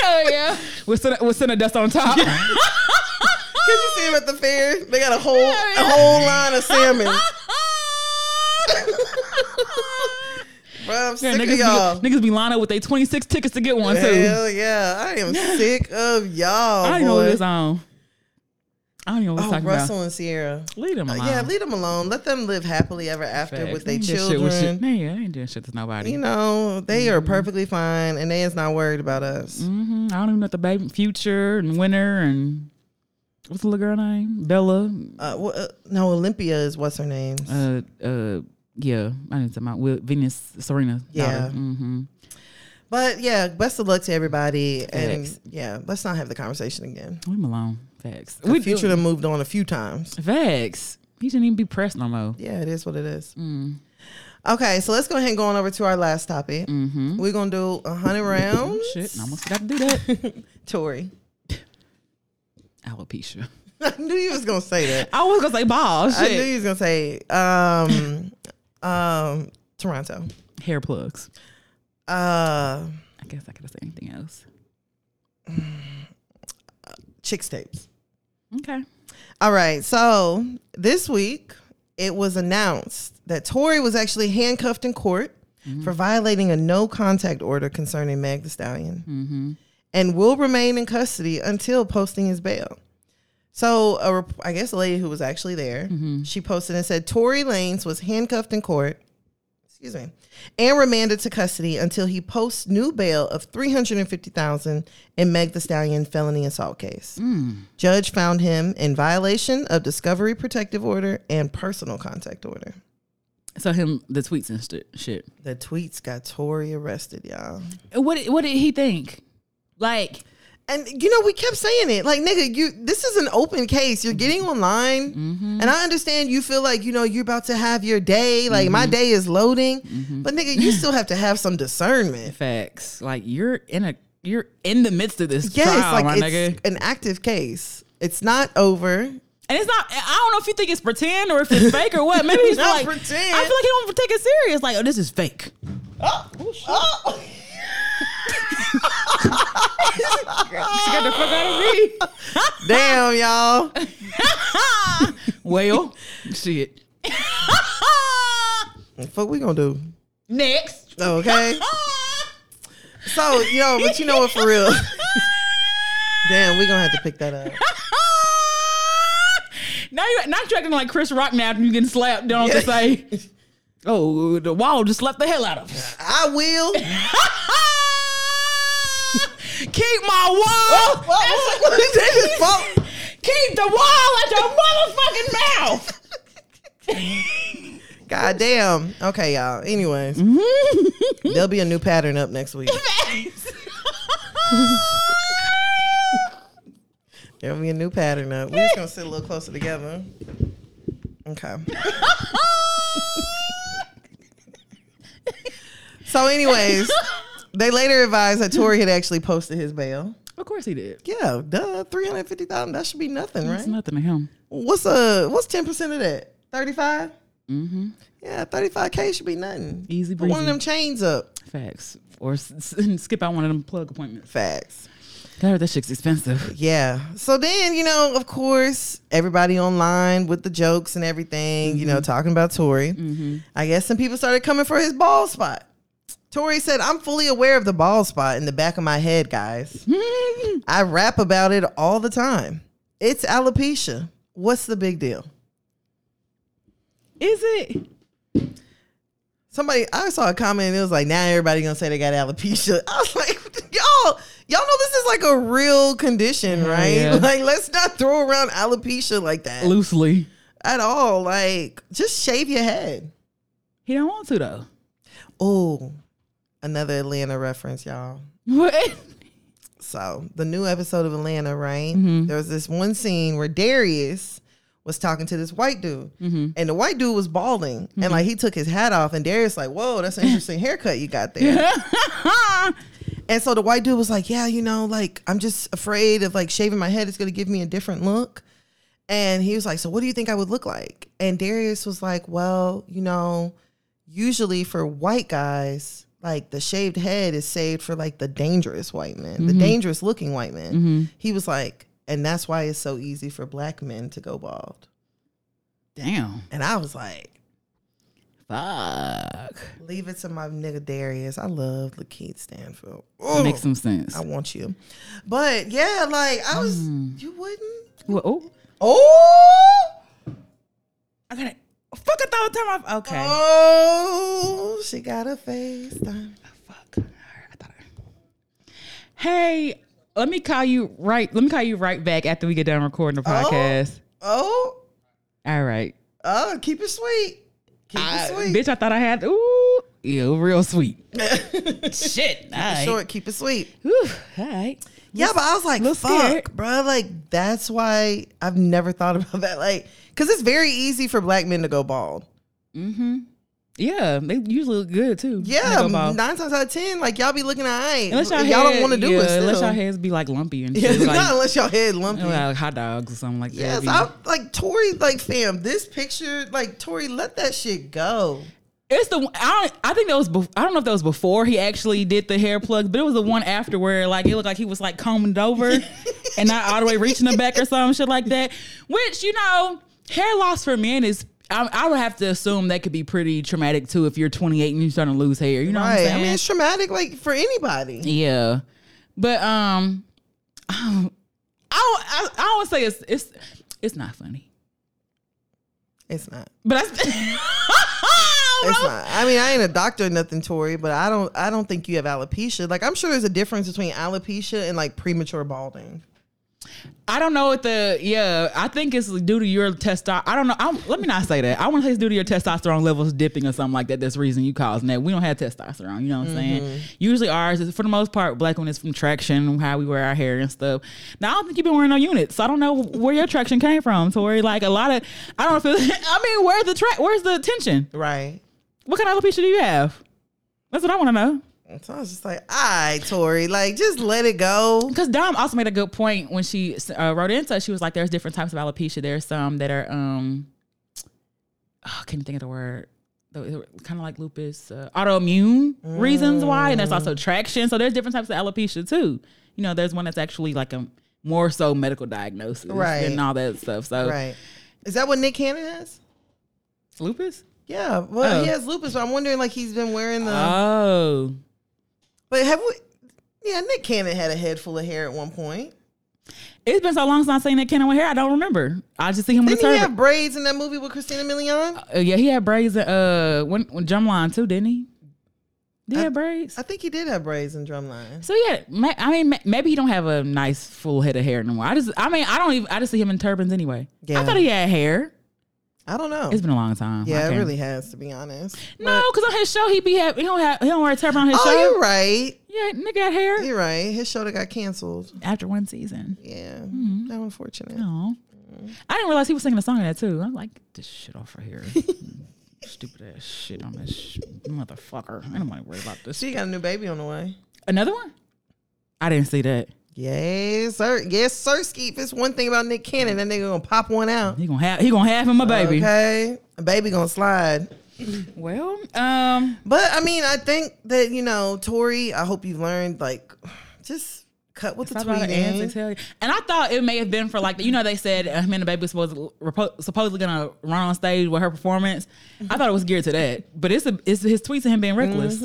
S1: hell yeah. With cin- with cinnamon dust on top.
S2: Did you see them at the fair? They got a whole
S1: Yeah, yeah.
S2: a whole line of salmon. Bruh,
S1: Yeah,
S2: I'm sick of y'all.
S1: niggas, be, niggas be lining up with their 26 tickets to get one too.
S2: Hell yeah, I am sick of y'all.
S1: I don't
S2: boy.
S1: even know what it's on. I don't even know what it's
S2: Oh,
S1: talking
S2: Russell and Sierra.
S1: about. Leave them alone.
S2: Yeah, leave them alone. Let them live happily ever after
S1: Facts.
S2: with
S1: They
S2: their
S1: ain't doing shit with shit- Mm-hmm.
S2: children.
S1: Man, yeah, they ain't doing shit to nobody.
S2: You know, they are perfectly fine, and they is not worried about us.
S1: hmm I don't even know the baby future and winner and what's the little girl name? Bella.
S2: Uh, wha- uh, no, Olympia is what's her name?
S1: Uh, uh, yeah. I didn't talk about Will, Venus Serena.
S2: Yeah.
S1: Mm-hmm.
S2: but yeah, best of luck to everybody, and
S1: Facts.
S2: yeah, let's not have the conversation again.
S1: Leave him alone. Facts.
S2: The future done moved on a few times.
S1: Facts. He shouldn't even be pressed no more.
S2: Yeah, it is what it is.
S1: Mm.
S2: Okay, so let's go ahead and go on over to our last topic.
S1: Mm-hmm. Oh,
S2: We're gonna do a hundred rounds.
S1: Shit. I almost forgot to do that.
S2: Tori,
S1: Alopecia.
S2: I knew you was gonna say that.
S1: I was gonna say ball.
S2: I knew
S1: Shit.
S2: you was gonna say um, um, Toronto.
S1: Hair plugs.
S2: Uh,
S1: I guess I could have said anything else.
S2: chicks tapes.
S1: Okay.
S2: All right, so this week it was announced that Tori was actually handcuffed in court for violating a no contact order concerning Meg the Stallion
S1: Mm-hmm.
S2: and will remain in custody until posting his bail. So, a rep- I guess a lady who was actually there, she posted and said Tory Lanez was handcuffed in court, excuse me, and remanded to custody until he posts new bail of three hundred and fifty thousand in Meg The Stallion felony assault case. Judge found him in violation of discovery protective order and personal contact order.
S1: So him the tweets and st- shit.
S2: The tweets got Tory arrested, y'all.
S1: What did- what did he think? Like
S2: And you know, we kept saying it. Like, nigga, you this is an open case. You're getting online. And I understand you feel like, you know, you're about to have your day. Like my day is loading. But nigga, you still have to have some discernment.
S1: facts. Like you're in a you're in the midst of this
S2: Yes,
S1: trial,
S2: like
S1: my
S2: it's
S1: nigga.
S2: an active case. It's not over.
S1: And it's not. I don't know if you think it's pretend or if it's fake or what. Maybe he's
S2: Not
S1: like. I
S2: pretend.
S1: feel
S2: Oh,
S1: like he don't take it serious. Like, oh, this is fake. Oh. She got the fuck out of
S2: Damn, y'all.
S1: me. well, shit.
S2: Fuck we gonna do.
S1: Next.
S2: Okay. So, yo, but you know what for real. Damn, we gonna have to pick that up.
S1: now you're not you're acting like Chris Rock now. You getting slapped? Don't
S2: Yeah.
S1: just say. Oh, the wall just slapped the hell out of us.
S2: I will.
S1: Keep my
S2: Oh,
S1: wall.
S2: What is this? Fuck.
S1: Keep the wall at your motherfucking mouth.
S2: God damn. Okay, y'all. Anyways, there'll be a new pattern up next week. There'll be a new pattern up. We're just gonna sit a little closer together. Okay. so, anyways, they later advised that Tory had actually posted his bail.
S1: of course he did.
S2: Yeah, duh, three hundred fifty thousand. That should be nothing,
S1: It's
S2: right?
S1: nothing to him.
S2: What's uh, what's ten percent of that? Thirty five. Yeah, thirty five k should be nothing.
S1: Mm-hmm. Easy
S2: Put one of
S1: breezy.
S2: them chains up.
S1: Facts. Or s- s- skip out one of them plug appointments.
S2: Facts.
S1: God, that shit's expensive.
S2: Yeah. So then, you know, of course, everybody online with the jokes and
S1: Mm-hmm.
S2: everything, you know, talking about Tory. I guess some people started coming for his bald spot. Tori said, I'm fully aware of the bald spot in the back of my head, guys. I rap about it all the time. It's alopecia. What's the big deal?
S1: Is it?
S2: Somebody, I saw a comment and it was like, now everybody gonna say they got alopecia. I was like, y'all, y'all know this is like a real condition, right?
S1: yeah.
S2: Like, let's not throw around alopecia like that
S1: Loosely.
S2: at all. Like, just shave your head.
S1: He don't want to though.
S2: Oh, another Atlanta reference, y'all.
S1: What?
S2: So the new episode of Atlanta, right?
S1: Mm-hmm.
S2: There was this one scene where Darius was talking to this white dude,
S1: Mm-hmm.
S2: and the white dude was balding, and like he took his hat off, and Darius like, "Whoa, that's an interesting haircut you got there." And so the white dude was like, "Yeah, you know, like I'm just afraid of like shaving my head. It's gonna give me a different look." And he was like, "So what do you think I would look like?" And Darius was like, "Well, you know, usually for white guys, like the shaved head is saved for like the dangerous white men, the dangerous looking white men."
S1: Mm-hmm.
S2: He was like, "And that's why it's so easy for black men to go bald."
S1: Damn.
S2: And I was like,
S1: Fuck.
S2: "Leave it to my nigga Darius. I love Lakeith Stanfield."
S1: That makes some sense.
S2: I want you. But yeah, like I was
S1: Mm.
S2: you wouldn't?
S1: Well, oh,
S2: Oh
S1: I got it. Fuck! I thought I turned off. Okay.
S2: Oh she got a face done.
S1: Fuck. All right, I thought I- Hey, let me call you right. Let me call you right back after we get done recording the podcast.
S2: Oh,
S1: All right,
S2: oh, keep it sweet. Keep
S1: I-
S2: it sweet.
S1: bitch. I thought I had. Ooh, yeah, real sweet. Shit. All right.
S2: Short, keep it sweet.
S1: Whew, all right.
S2: Yeah, but I was like,
S1: little
S2: fuck,
S1: scared.
S2: bruh. Like, that's why I've never thought about that. Like, because it's very easy for black men to go bald.
S1: Yeah, they usually look good too.
S2: Yeah,
S1: They go bald.
S2: nine times out of ten, like, y'all be looking at eye.
S1: Unless
S2: Y'all
S1: y'all,
S2: don't
S1: head-
S2: want to do
S1: yeah,
S2: it. Still.
S1: Unless y'all heads be like lumpy and
S2: yeah,
S1: shit. like, Oh,
S2: not unless y'all head lumpy.
S1: like hot dogs or something like
S2: Yes,
S1: that.
S2: I'm like Tori, like fam, this picture, like Tori, let that shit go.
S1: It's the one- I don't- I think that was bef- I don't know if that was before he actually did the hair plugs, but it was the one after where like it looked like he was like combed over and not all the way reaching the back or some shit like that. Which you know, hair loss for men is I, I would have to assume that could be pretty traumatic too if you're 28 and you're starting to lose hair. You know what I'm
S2: Right. I
S1: saying?
S2: mean, it's traumatic, like for anybody.
S1: yeah, but um, I don't, I, I would say it's it's it's not funny,
S2: It's not.
S1: but I.
S2: It's not. I mean, I ain't a doctor or nothing, Tori, but I don't I don't think you have alopecia. Like I'm sure there's a difference between alopecia and like premature balding.
S1: I don't know what the yeah. I think it's due to your testosterone. I don't know. I, let me not say that. I want to say it's due to your testosterone levels dipping or something like that. That's the reason you causing that. We don't have testosterone. You know what I'm saying? Usually ours is for the most part black one is from traction, how we wear our hair and stuff. Now I don't think you've been wearing no units, so I don't know where your traction came from, Tori. Like a lot of I don't feel. I mean, where's the track? Where's the tension?
S2: Right.
S1: What kind of alopecia do you have? That's what I want to know.
S2: And So I was just like, all right, Tori, like just let it go.
S1: because Dom also made a good point when she uh, wrote into us. She was like, "There's different types of alopecia. There's some that are um, oh, I can't think of the word. Kind of like lupus, uh, autoimmune reasons why, and there's
S2: Mm.
S1: also traction. So there's different types of alopecia too. You know, there's one that's actually like a more so medical diagnosis
S2: Right.
S1: and all that stuff. So
S2: Right. Is that what Nick Cannon has?
S1: it's lupus.
S2: Yeah. Well,
S1: Oh.
S2: he has lupus, but I'm wondering like he's been wearing the
S1: Oh,
S2: But have we Yeah, Nick Cannon had a head full of hair at one point.
S1: it's been so long since I've seen that Ken with hair. I don't remember. I just see him with a
S2: Didn't he
S1: turban.
S2: have braids in that movie with Christina Milian?
S1: Uh, yeah, he had braids. Uh, when, when drumline too, didn't he? Did he have braids?
S2: I think he did have braids in Drumline.
S1: so yeah, ma- I mean, ma- maybe he don't have a nice full head of hair anymore. I just, I mean, I don't even. I just see him in turbans anyway. I
S2: Yeah.
S1: thought he had hair.
S2: I don't know.
S1: It's been a long time. I
S2: yeah, it
S1: can't-
S2: really has to be honest.
S1: No, because on his show he be have he don't have he don't wear a turban on his
S2: Oh,
S1: show.
S2: you're right.
S1: Yeah, nigga had hair
S2: You're right. His show that got canceled.
S1: after one season.
S2: Yeah, that unfortunate.
S1: Mm-hmm. No, I didn't realize he was singing a song in that too. I'm like, get this shit off right here. Stupid ass shit on this sh- motherfucker. I don't want to worry about this.
S2: She got a new baby on the way.
S1: Another one? I didn't see that.
S2: Yes, sir. Yes, sir. Skeep. It's one thing about Nick Cannon. That nigga gonna pop one out.
S1: He gonna have he gonna have him a baby.
S2: Okay, a baby gonna slide.
S1: Well, um,
S2: But I mean, I think that you know, Tori. I hope you've learned. Like, just cut with the
S1: that's about the answer
S2: tweeting.
S1: tell you. And I thought it may have been for like you know they said uh, him and the baby was supposed repo- supposedly gonna run on
S2: Mm-hmm.
S1: stage with her performance. I thought it was geared to that, but it's a, it's his tweets of him being reckless.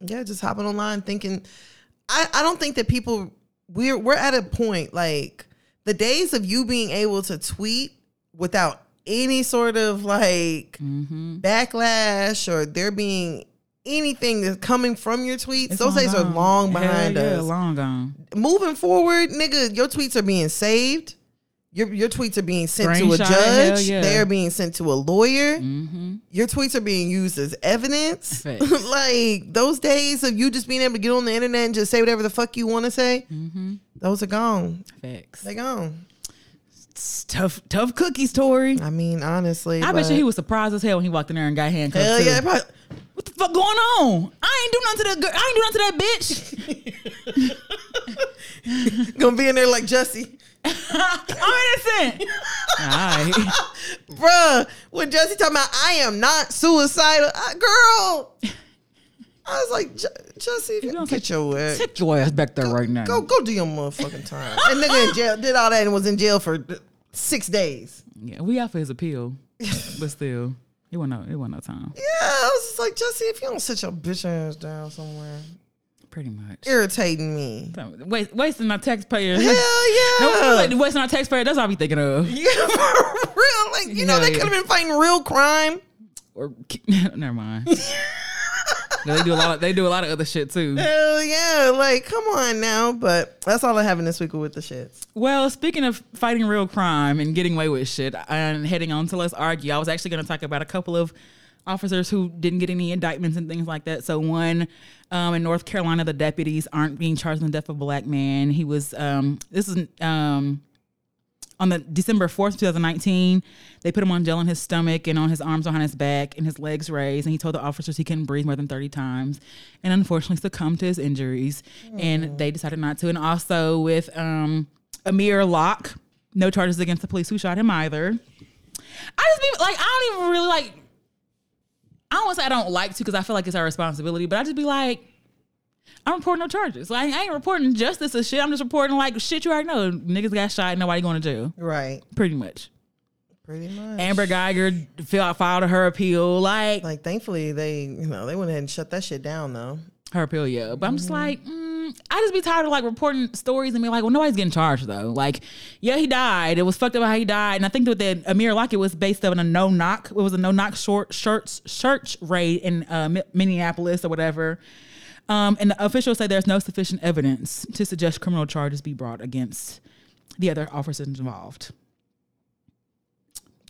S2: Yeah, just hopping online thinking I, I don't think that people we're we're at a point like the days of you being able to tweet without any sort of like
S1: Mm-hmm.
S2: backlash or there being anything that's coming from your tweets,
S1: It's
S2: those
S1: long
S2: days are
S1: gone.
S2: long
S1: Hell
S2: behind
S1: yeah,
S2: us.
S1: long gone.
S2: Moving forward, nigga, your tweets are being saved. Your, your tweets are being sent to a
S1: Screenshot, hell
S2: judge.
S1: yeah.
S2: They are being sent to a lawyer.
S1: Mm-hmm.
S2: Your tweets are being used as evidence.
S1: Facts.
S2: like those days of you just being able to get on the internet and just say whatever the fuck you want to say,
S1: Mm-hmm.
S2: those are gone.
S1: Facts.
S2: They gone.
S1: It's tough, tough cookies, Tori.
S2: I mean, honestly,
S1: I bet
S2: but-
S1: you he was surprised as hell when he walked in there and got handcuffed.
S2: Hell
S1: too.
S2: yeah, probably,
S1: What the fuck going on? I ain't do nothing to that girl. I ain't do nothing to that bitch.
S2: gonna be in there like Jesse.
S1: I'm innocent. All right.
S2: bruh, when Jesse talking about I am not suicidal, I, girl. I was like, "Ju- Jesse,
S1: don't
S2: get
S1: take-
S2: your ass.
S1: Take your ass back there right now.
S2: Go, go do your motherfucking time. And nigga in jail did all that and was in jail for th- six days.
S1: Yeah, we out for his appeal, but still, it wasn't no, it wasn't no time.
S2: Yeah, I was just like, Jesse, if you don't sit your bitch ass down somewhere,
S1: Pretty much.
S2: irritating me.
S1: Wait, wasting my taxpayers.
S2: Hell
S1: No,
S2: yeah.
S1: really, wasting our taxpayers. That's all I be thinking of.
S2: yeah, for real. Like, you know,
S1: Hell
S2: they
S1: yeah.
S2: could have been fighting real crime.
S1: Or never mind. they do a lot. Of, they do a lot of other shit too.
S2: Hell yeah. Like, come on now. But that's all I'm having this week with the shits.
S1: Well, speaking of fighting real crime and getting away with shit, and heading on to let's argue, I was actually going to talk about a couple of officers who didn't get any indictments and things like that. So one um, in North Carolina, the deputies aren't being charged in the death of a black man. He was um, this is um, on the December fourth, two thousand nineteen. They put him on jail in his stomach and on his arms behind his back and his legs raised, and he told the officers he couldn't breathe more than thirty times, and unfortunately succumbed to his injuries. And they decided not to. And also with um, Amir Locke, no charges against the police who shot him either. I just be like, I don't even really like. I don't want to say I don't like to because I feel like it's our responsibility, but I just be like, I'm reporting no charges. Like I ain't reporting justice or shit. I'm just reporting like shit you already know. Niggas got shot. Nobody going to jail.
S2: Right.
S1: Pretty much.
S2: Pretty much.
S1: Amber Geiger filed filed her appeal. Like
S2: Like, thankfully, they you know they went ahead and shut that shit down though.
S1: her appeal, yeah. But I'm just like, mm, I just be tired of like reporting stories and be like, well, nobody's getting charged though. Like, yeah, he died. It was fucked up how he died. And I think that the Amir Lockett was based on a no knock. It was a no knock short shirts search raid in uh, Mi- Minneapolis or whatever. Um, and the officials say there's no sufficient evidence to suggest criminal charges be brought against the other officers involved.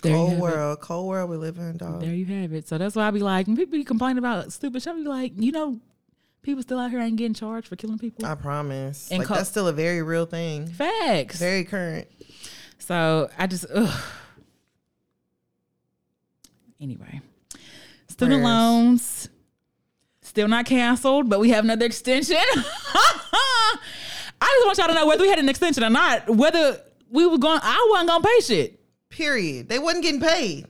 S1: There you
S2: cold
S1: have it.
S2: world, cold world we live in, dog.
S1: There you have it. So that's why I be like, when people be complaining about stupid shit, I be like, you know, people still out here ain't getting charged for killing people.
S2: I promise.
S1: And
S2: like
S1: co-
S2: that's still a very real thing,
S1: Facts.
S2: very current.
S1: so I just, ugh. Anyway, student
S2: Prayers.
S1: loans still not canceled, but we have another extension. I just want y'all to know whether we had an extension or not, whether we were going, I wasn't gonna pay shit.
S2: Period. They wasn't getting paid.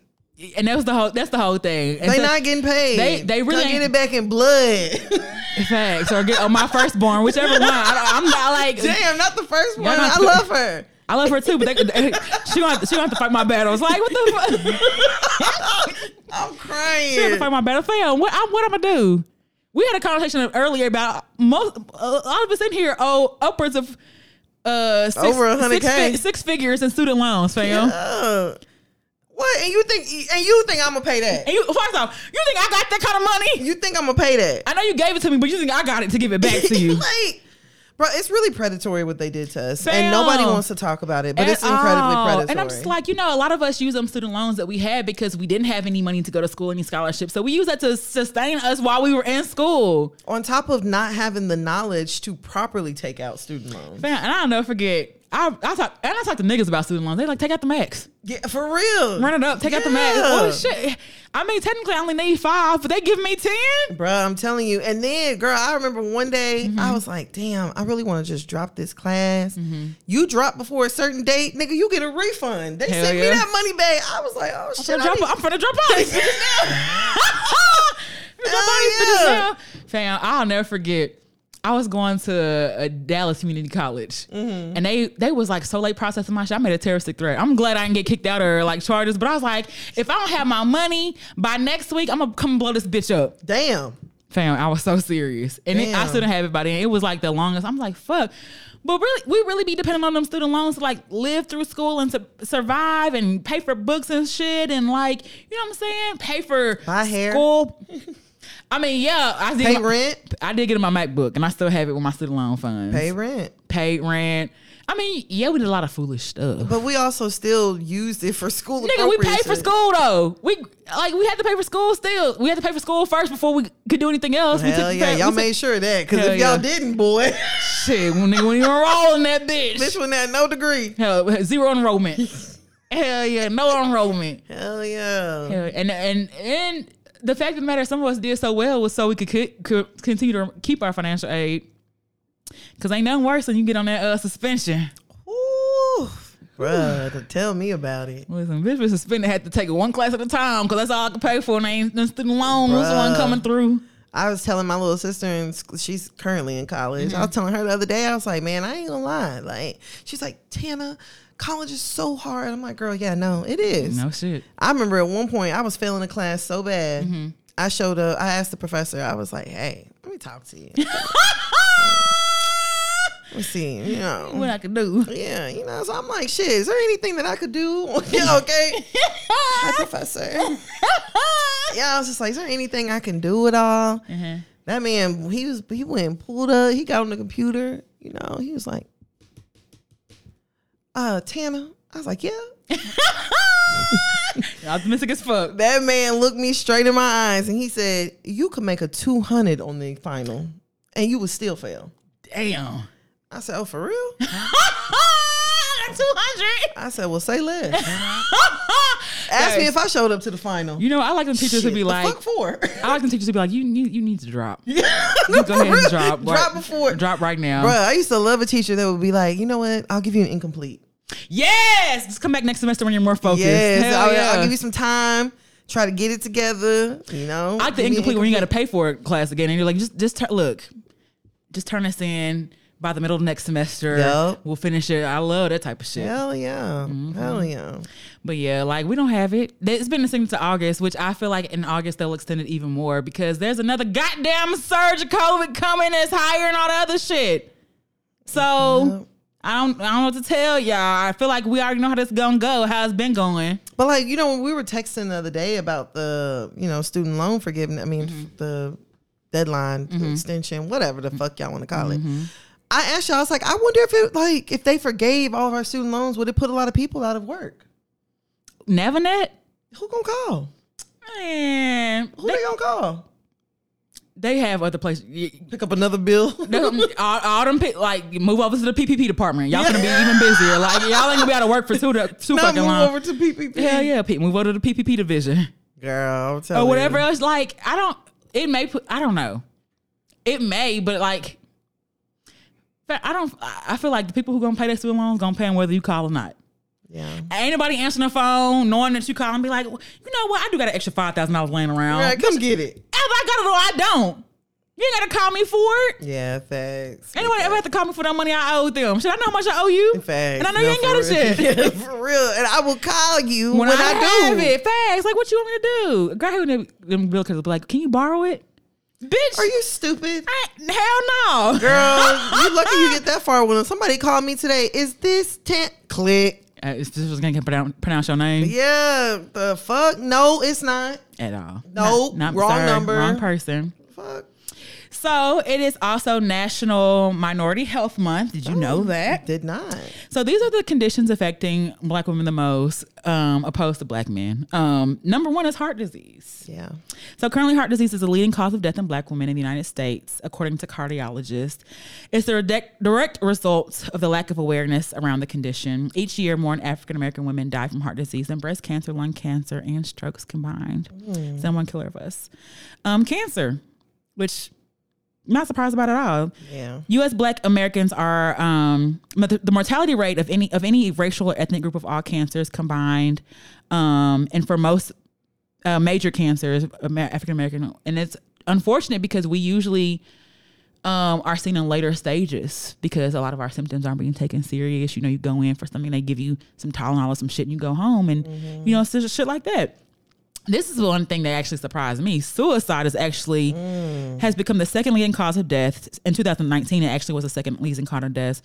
S1: And that was the whole, that's the whole thing. And
S2: They
S1: so-
S2: not getting paid.
S1: they- they really
S2: Come get
S1: ain't-
S2: it back in blood.
S1: Facts or get on my firstborn, whichever one. I, I'm not like,
S2: Damn, not the first one.
S1: not
S2: I
S1: the-
S2: love her.
S1: I love her too, but they, they, she gonna have, she gonna have to fight my battles. Like what the fuck? She
S2: I'm
S1: have to
S2: crying.
S1: fight my battle. Fam, what I, what I'm gonna do? We had a conversation earlier about most a lot of us in here owe upwards of uh six,
S2: Over 100K.
S1: six, fi- six figures in student loans, fam.
S2: Ugh. what? And you think? And you think I'm gonna pay that?
S1: And you first off, you think I got that kind of money?
S2: You think I'm gonna pay that?
S1: I know you gave it to me, but you think I got it to give it back to you?
S2: like, bro, it's really predatory what they did to us, and
S1: Fam.
S2: nobody wants to talk about it. But
S1: at
S2: it's incredibly
S1: all.
S2: predatory.
S1: And I'm just like, you know, a lot of us use them student loans that we had because we didn't have any money to go to school, any scholarships. So we use that to sustain us while we were in school.
S2: on top of not having the knowledge to properly take out student loans.
S1: Man, and I'll never forget. I, I talk and I talk to niggas about student loans. They like take out the max,
S2: Yeah, for real.
S1: run it up, take out the max. Oh shit! I mean, technically I only need five, but they give me ten.
S2: Bruh, I'm telling you. And then, girl, I remember one day
S1: Mm-hmm.
S2: I was like, damn, I really want to just drop this class. You drop before a certain date, nigga, you get a refund. They
S1: Hell
S2: sent me
S1: yeah.
S2: that money back. I was like, oh shit.
S1: I'm
S2: I
S1: drop.
S2: need-
S1: I'm finna drop out. these bitches now. Drop out these bitches
S2: Hell yeah.
S1: now. Fam, I'll never forget. I was going to a Dallas community college,
S2: Mm-hmm.
S1: and they they was like so late processing my shit. I made a terroristic threat. I'm glad I didn't get kicked out or like charges, but I was like, if I don't have my money by next week, I'm gonna come blow this bitch up.
S2: damn.
S1: Fam, I was so serious. And it, I
S2: Damn.
S1: still didn't have it by then. It was like the longest. I'm like, fuck. But really, we really be depending on them student loans to like live through school and to survive and pay for books and shit and like, you know what I'm saying? Pay for
S2: Buy hair.
S1: school. I mean, yeah, I did.
S2: Pay
S1: my-
S2: rent.
S1: I did get in my MacBook and I still have it with my student loan funds.
S2: Pay rent.
S1: Paid rent. I mean, yeah, we did a lot of foolish stuff.
S2: But we also still used it for school.
S1: Nigga, we paid for
S2: appropriation.
S1: school though. We like we had to pay for school still. We had to pay for school first before we could do anything else. we
S2: Hell
S1: the
S2: yeah,
S1: pay-
S2: y'all
S1: we
S2: made sure of that because if
S1: Hell
S2: y'all
S1: yeah.
S2: didn't, boy,
S1: took- shit. When nigga, when you enroll in that
S2: bitch
S1: bitch,
S2: wouldn't have no degree.
S1: hell, zero enrollment. hell yeah, no enrollment.
S2: Hell yeah.
S1: Hell, and and and the fact of the matter, some of us did so well was so we could, co- co- continue to keep our financial aid. Cause ain't nothing worse than you get on that uh, suspension.
S2: Ooh, bruh, tell me about it.
S1: Listen, bitch was suspended. Had to take it one class at a time because that's all I could pay for. And ain't no student loan was the one
S2: Bruh.
S1: coming through.
S2: I was telling my little sister, and sc- she's currently in college. I was
S1: Mm-hmm.
S2: telling her the other day, I was like, man, I ain't gonna lie. Like, she's like, Tana, college is so hard. I'm like, girl, yeah, no, it is.
S1: No shit.
S2: I remember at one point I was failing a class so bad.
S1: Mm-hmm.
S2: I showed up. I asked the professor. I was like, "Hey, let me talk to you. Let's see. You know,
S1: what I could do.
S2: yeah, you know." So I'm like, "Shit, is there anything that I could do?" yeah, okay.
S1: Uh-huh.
S2: Hi, professor. Yeah, I was just like, "Is there anything I can do at all?"
S1: Uh-huh.
S2: That man, he was he went and pulled up. He got on the computer. You know, he was like, "Uh, Tana." I was like, "Yeah."
S1: Optimistic as fuck.
S2: That man looked me straight in my eyes and he said, "You could make a 200 on the final, and you would still fail."
S1: Damn.
S2: I said, "Oh, for real?"
S1: Two hundred.
S2: I said, "Well, say less." Ask me if I showed up to the final.
S1: you know. I like them teachers
S2: Shit,
S1: to be
S2: the
S1: like.
S2: fuck for?
S1: I like them teachers to be like, you need you need to drop. You go ahead and drop. right-
S2: Drop before-
S1: Drop right now.
S2: Bruh, I used to love a teacher that would be like, "You know what? I'll give you an incomplete."
S1: Yes. Just come back next semester when you're more focused.
S2: Yes,
S1: Hell
S2: I'll,
S1: yeah.
S2: I'll give you some time. Try to get it together. You know,
S1: I like the
S2: Give me an
S1: incomplete when you got to pay for a class again, and you're like, just just tur- look, just turn this in by the middle of next semester.
S2: Yup.
S1: We'll finish it. I love that type of shit.
S2: Hell yeah!
S1: Mm-hmm.
S2: Hell yeah!
S1: But yeah, like we don't have it. It's been extended to August, which I feel like in August they'll extend it even more because there's another goddamn surge of COVID coming that's higher and all the other shit. So I don't I don't know what to tell y'all. I feel like we already know how this gonna go, how it's been going.
S2: But like you know, when we were texting the other day about the you know student loan forgiveness. I mean
S1: Mm-hmm.
S2: the deadline, the extension, whatever the fuck y'all want to call
S1: Mm-hmm.
S2: it. I asked y'all, I was like, I wonder if it like if they forgave all of our student loans, would it put a lot of people out of work?
S1: Nevernet?
S2: Who gonna call?
S1: Man,
S2: Who they, gonna call?
S1: they have other places.
S2: Pick up another bill.
S1: all, all them pe- like move over to the PPP department. Y'all gonna be even busier. Like y'all ain't gonna be out of work for two to, too
S2: Not
S1: fucking
S2: move
S1: long.
S2: over to PPP.
S1: Hell yeah, Pete, move over to the PPP division.
S2: Girl, I'm telling
S1: or whatever
S2: You.
S1: else. Like I don't. It may. Put, I don't know. It may, but like, but I don't. I I feel like the people who gonna pay their student loans gonna pay them whether you call or not.
S2: Yeah.
S1: Ain't nobody answering the phone, knowing that you call and be like, "Well, you know what? I do got an extra five thousand dollars laying around.
S2: All right, come get it.
S1: If I got it or I don't, you ain't gotta call me for it.
S2: Yeah, thanks.
S1: Anyone ever have to call me for that money I owe them? Should I know how much I owe you?
S2: Facts.
S1: And I know
S2: No,
S1: you ain't got
S2: for
S1: a shit.
S2: real. for real. And I will call you
S1: When, I,
S2: do.
S1: have it, facts. Like, what you want me to do? Girl, who them- them bill cutters be like, can you borrow it? Bitch,
S2: Are you stupid?
S1: I- hell no.
S2: Girl, you lucky you get that far with him. Somebody called me today. Is this tent click?
S1: Uh, is this was gonna pronounce, pronounce your name
S2: Yeah, the fuck? No, it's not.
S1: at all.
S2: No, wrong number.
S1: wrong person.
S2: Fuck.
S1: So it is also National Minority Health Month. Did you
S2: Oh.
S1: know that?
S2: Did not.
S1: So these are the conditions affecting Black women the most, um, opposed to Black men. Um, number one is heart disease.
S2: Yeah.
S1: So currently, heart disease is the leading cause of death in black women in the United States, according to cardiologists. It's the direct- direct result of the lack of awareness around the condition. Each year, more African American women die from heart disease than breast cancer, lung cancer, and strokes combined. Someone one killer of us. Um, cancer, which not surprised about at all.
S2: Yeah.
S1: U.S. Black Americans are um, mot- the mortality rate of any of any racial or ethnic group of all cancers combined, um, and for most uh, major cancers, Amer- African American, and it's unfortunate because we usually um, are seen in later stages because a lot of our symptoms aren't being taken serious. You know, you go in for something, they give you some Tylenol or some shit, and you go home, and you know, it's just shit like that. This is one thing that actually surprised me. Suicide is actually has become the second leading cause of death in 2019. It actually was the second leading cause of death.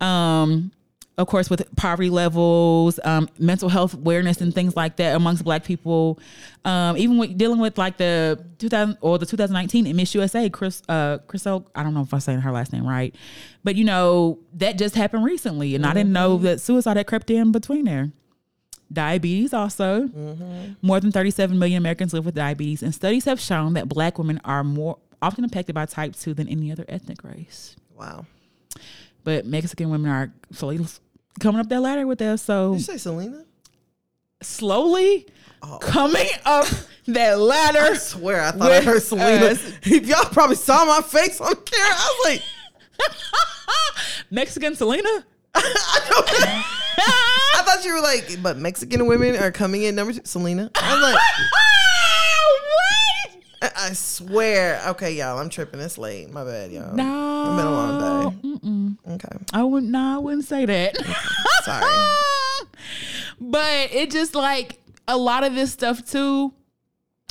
S1: Um, of course, with poverty levels, um, mental health awareness, and things like that amongst Black people, um, even with dealing with like the 2000 or the 2019 Miss USA, Chris, uh, Chris Oak, I don't know if I'm saying her last name right, but you know that just happened recently, and I didn't know that suicide had crept in between there diabetes also more than 37 million americans live with diabetes and studies have shown that black women are more often impacted by type 2 than any other ethnic race
S2: Wow.
S1: but mexican women are slowly coming up that ladder with us so
S2: Did you say Selena?
S1: slowly
S2: Oh.
S1: coming up that
S2: I
S1: ladder
S2: swear I thought
S1: With
S2: I heard Selena.
S1: us.
S2: Y'all probably saw my face on camera. I was like,
S1: mexican selena
S2: I, don't, I thought you were like, but Mexican women are coming in number two. Selena. I was like,
S1: Oh, what?
S2: I- I swear. Okay, y'all, I'm tripping. It's late. My bad, y'all.
S1: no
S2: It's been a long day.
S1: Mm-mm.
S2: Okay,
S1: i wouldn't no, i wouldn't say that
S2: sorry.
S1: but it just like a lot of this stuff too.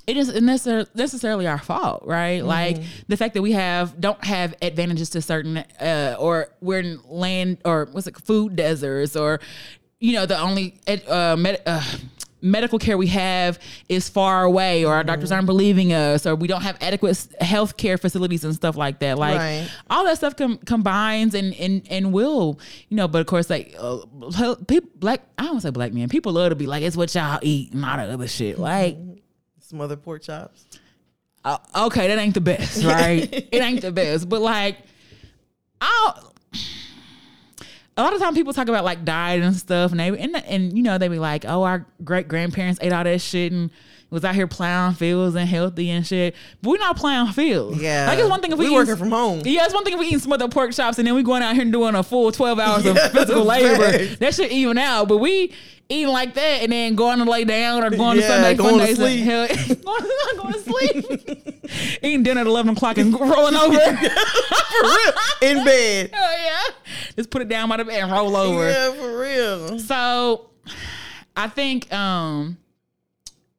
S1: It isn't necessar- necessarily our fault, right? Like the fact that we have don't have advantages to certain, uh, or we're in land or what's it, food deserts, or you know the only ed- uh, med- uh, medical care we have is far away, or our doctors aren't believing us, or we don't have adequate health care facilities and stuff like that. Like
S2: Right.
S1: all that stuff com- combines and, and and will you know but of course like uh, people black i don't wanna say black men people love to be like it's what y'all eat and all that other shit like
S2: Some other pork chops.
S1: uh, okay that ain't the best right it ain't the best but like i a lot of time people talk about like diet and stuff and they and, and you know they be like oh our great grandparents ate all that shit and was out here plowing fields and healthy and shit but we're not plowing fields
S2: Yeah.
S1: like it's one thing if we, eat-
S2: working from home.
S1: yeah, it's one thing if we eating smothered pork chops and then we going out here and doing a full twelve hours of physical labor.
S2: facts.
S1: That should even out. But we eating like that and then going to lay down or going
S2: Yeah,
S1: to Sunday
S2: going
S1: fun days
S2: to sleep.
S1: and hell, going, going to sleep, eating dinner at eleven o'clock and rolling over. hell
S2: For real. In bed.
S1: yeah, just put it down by the bed and roll over.
S2: Yeah, for real.
S1: So I think um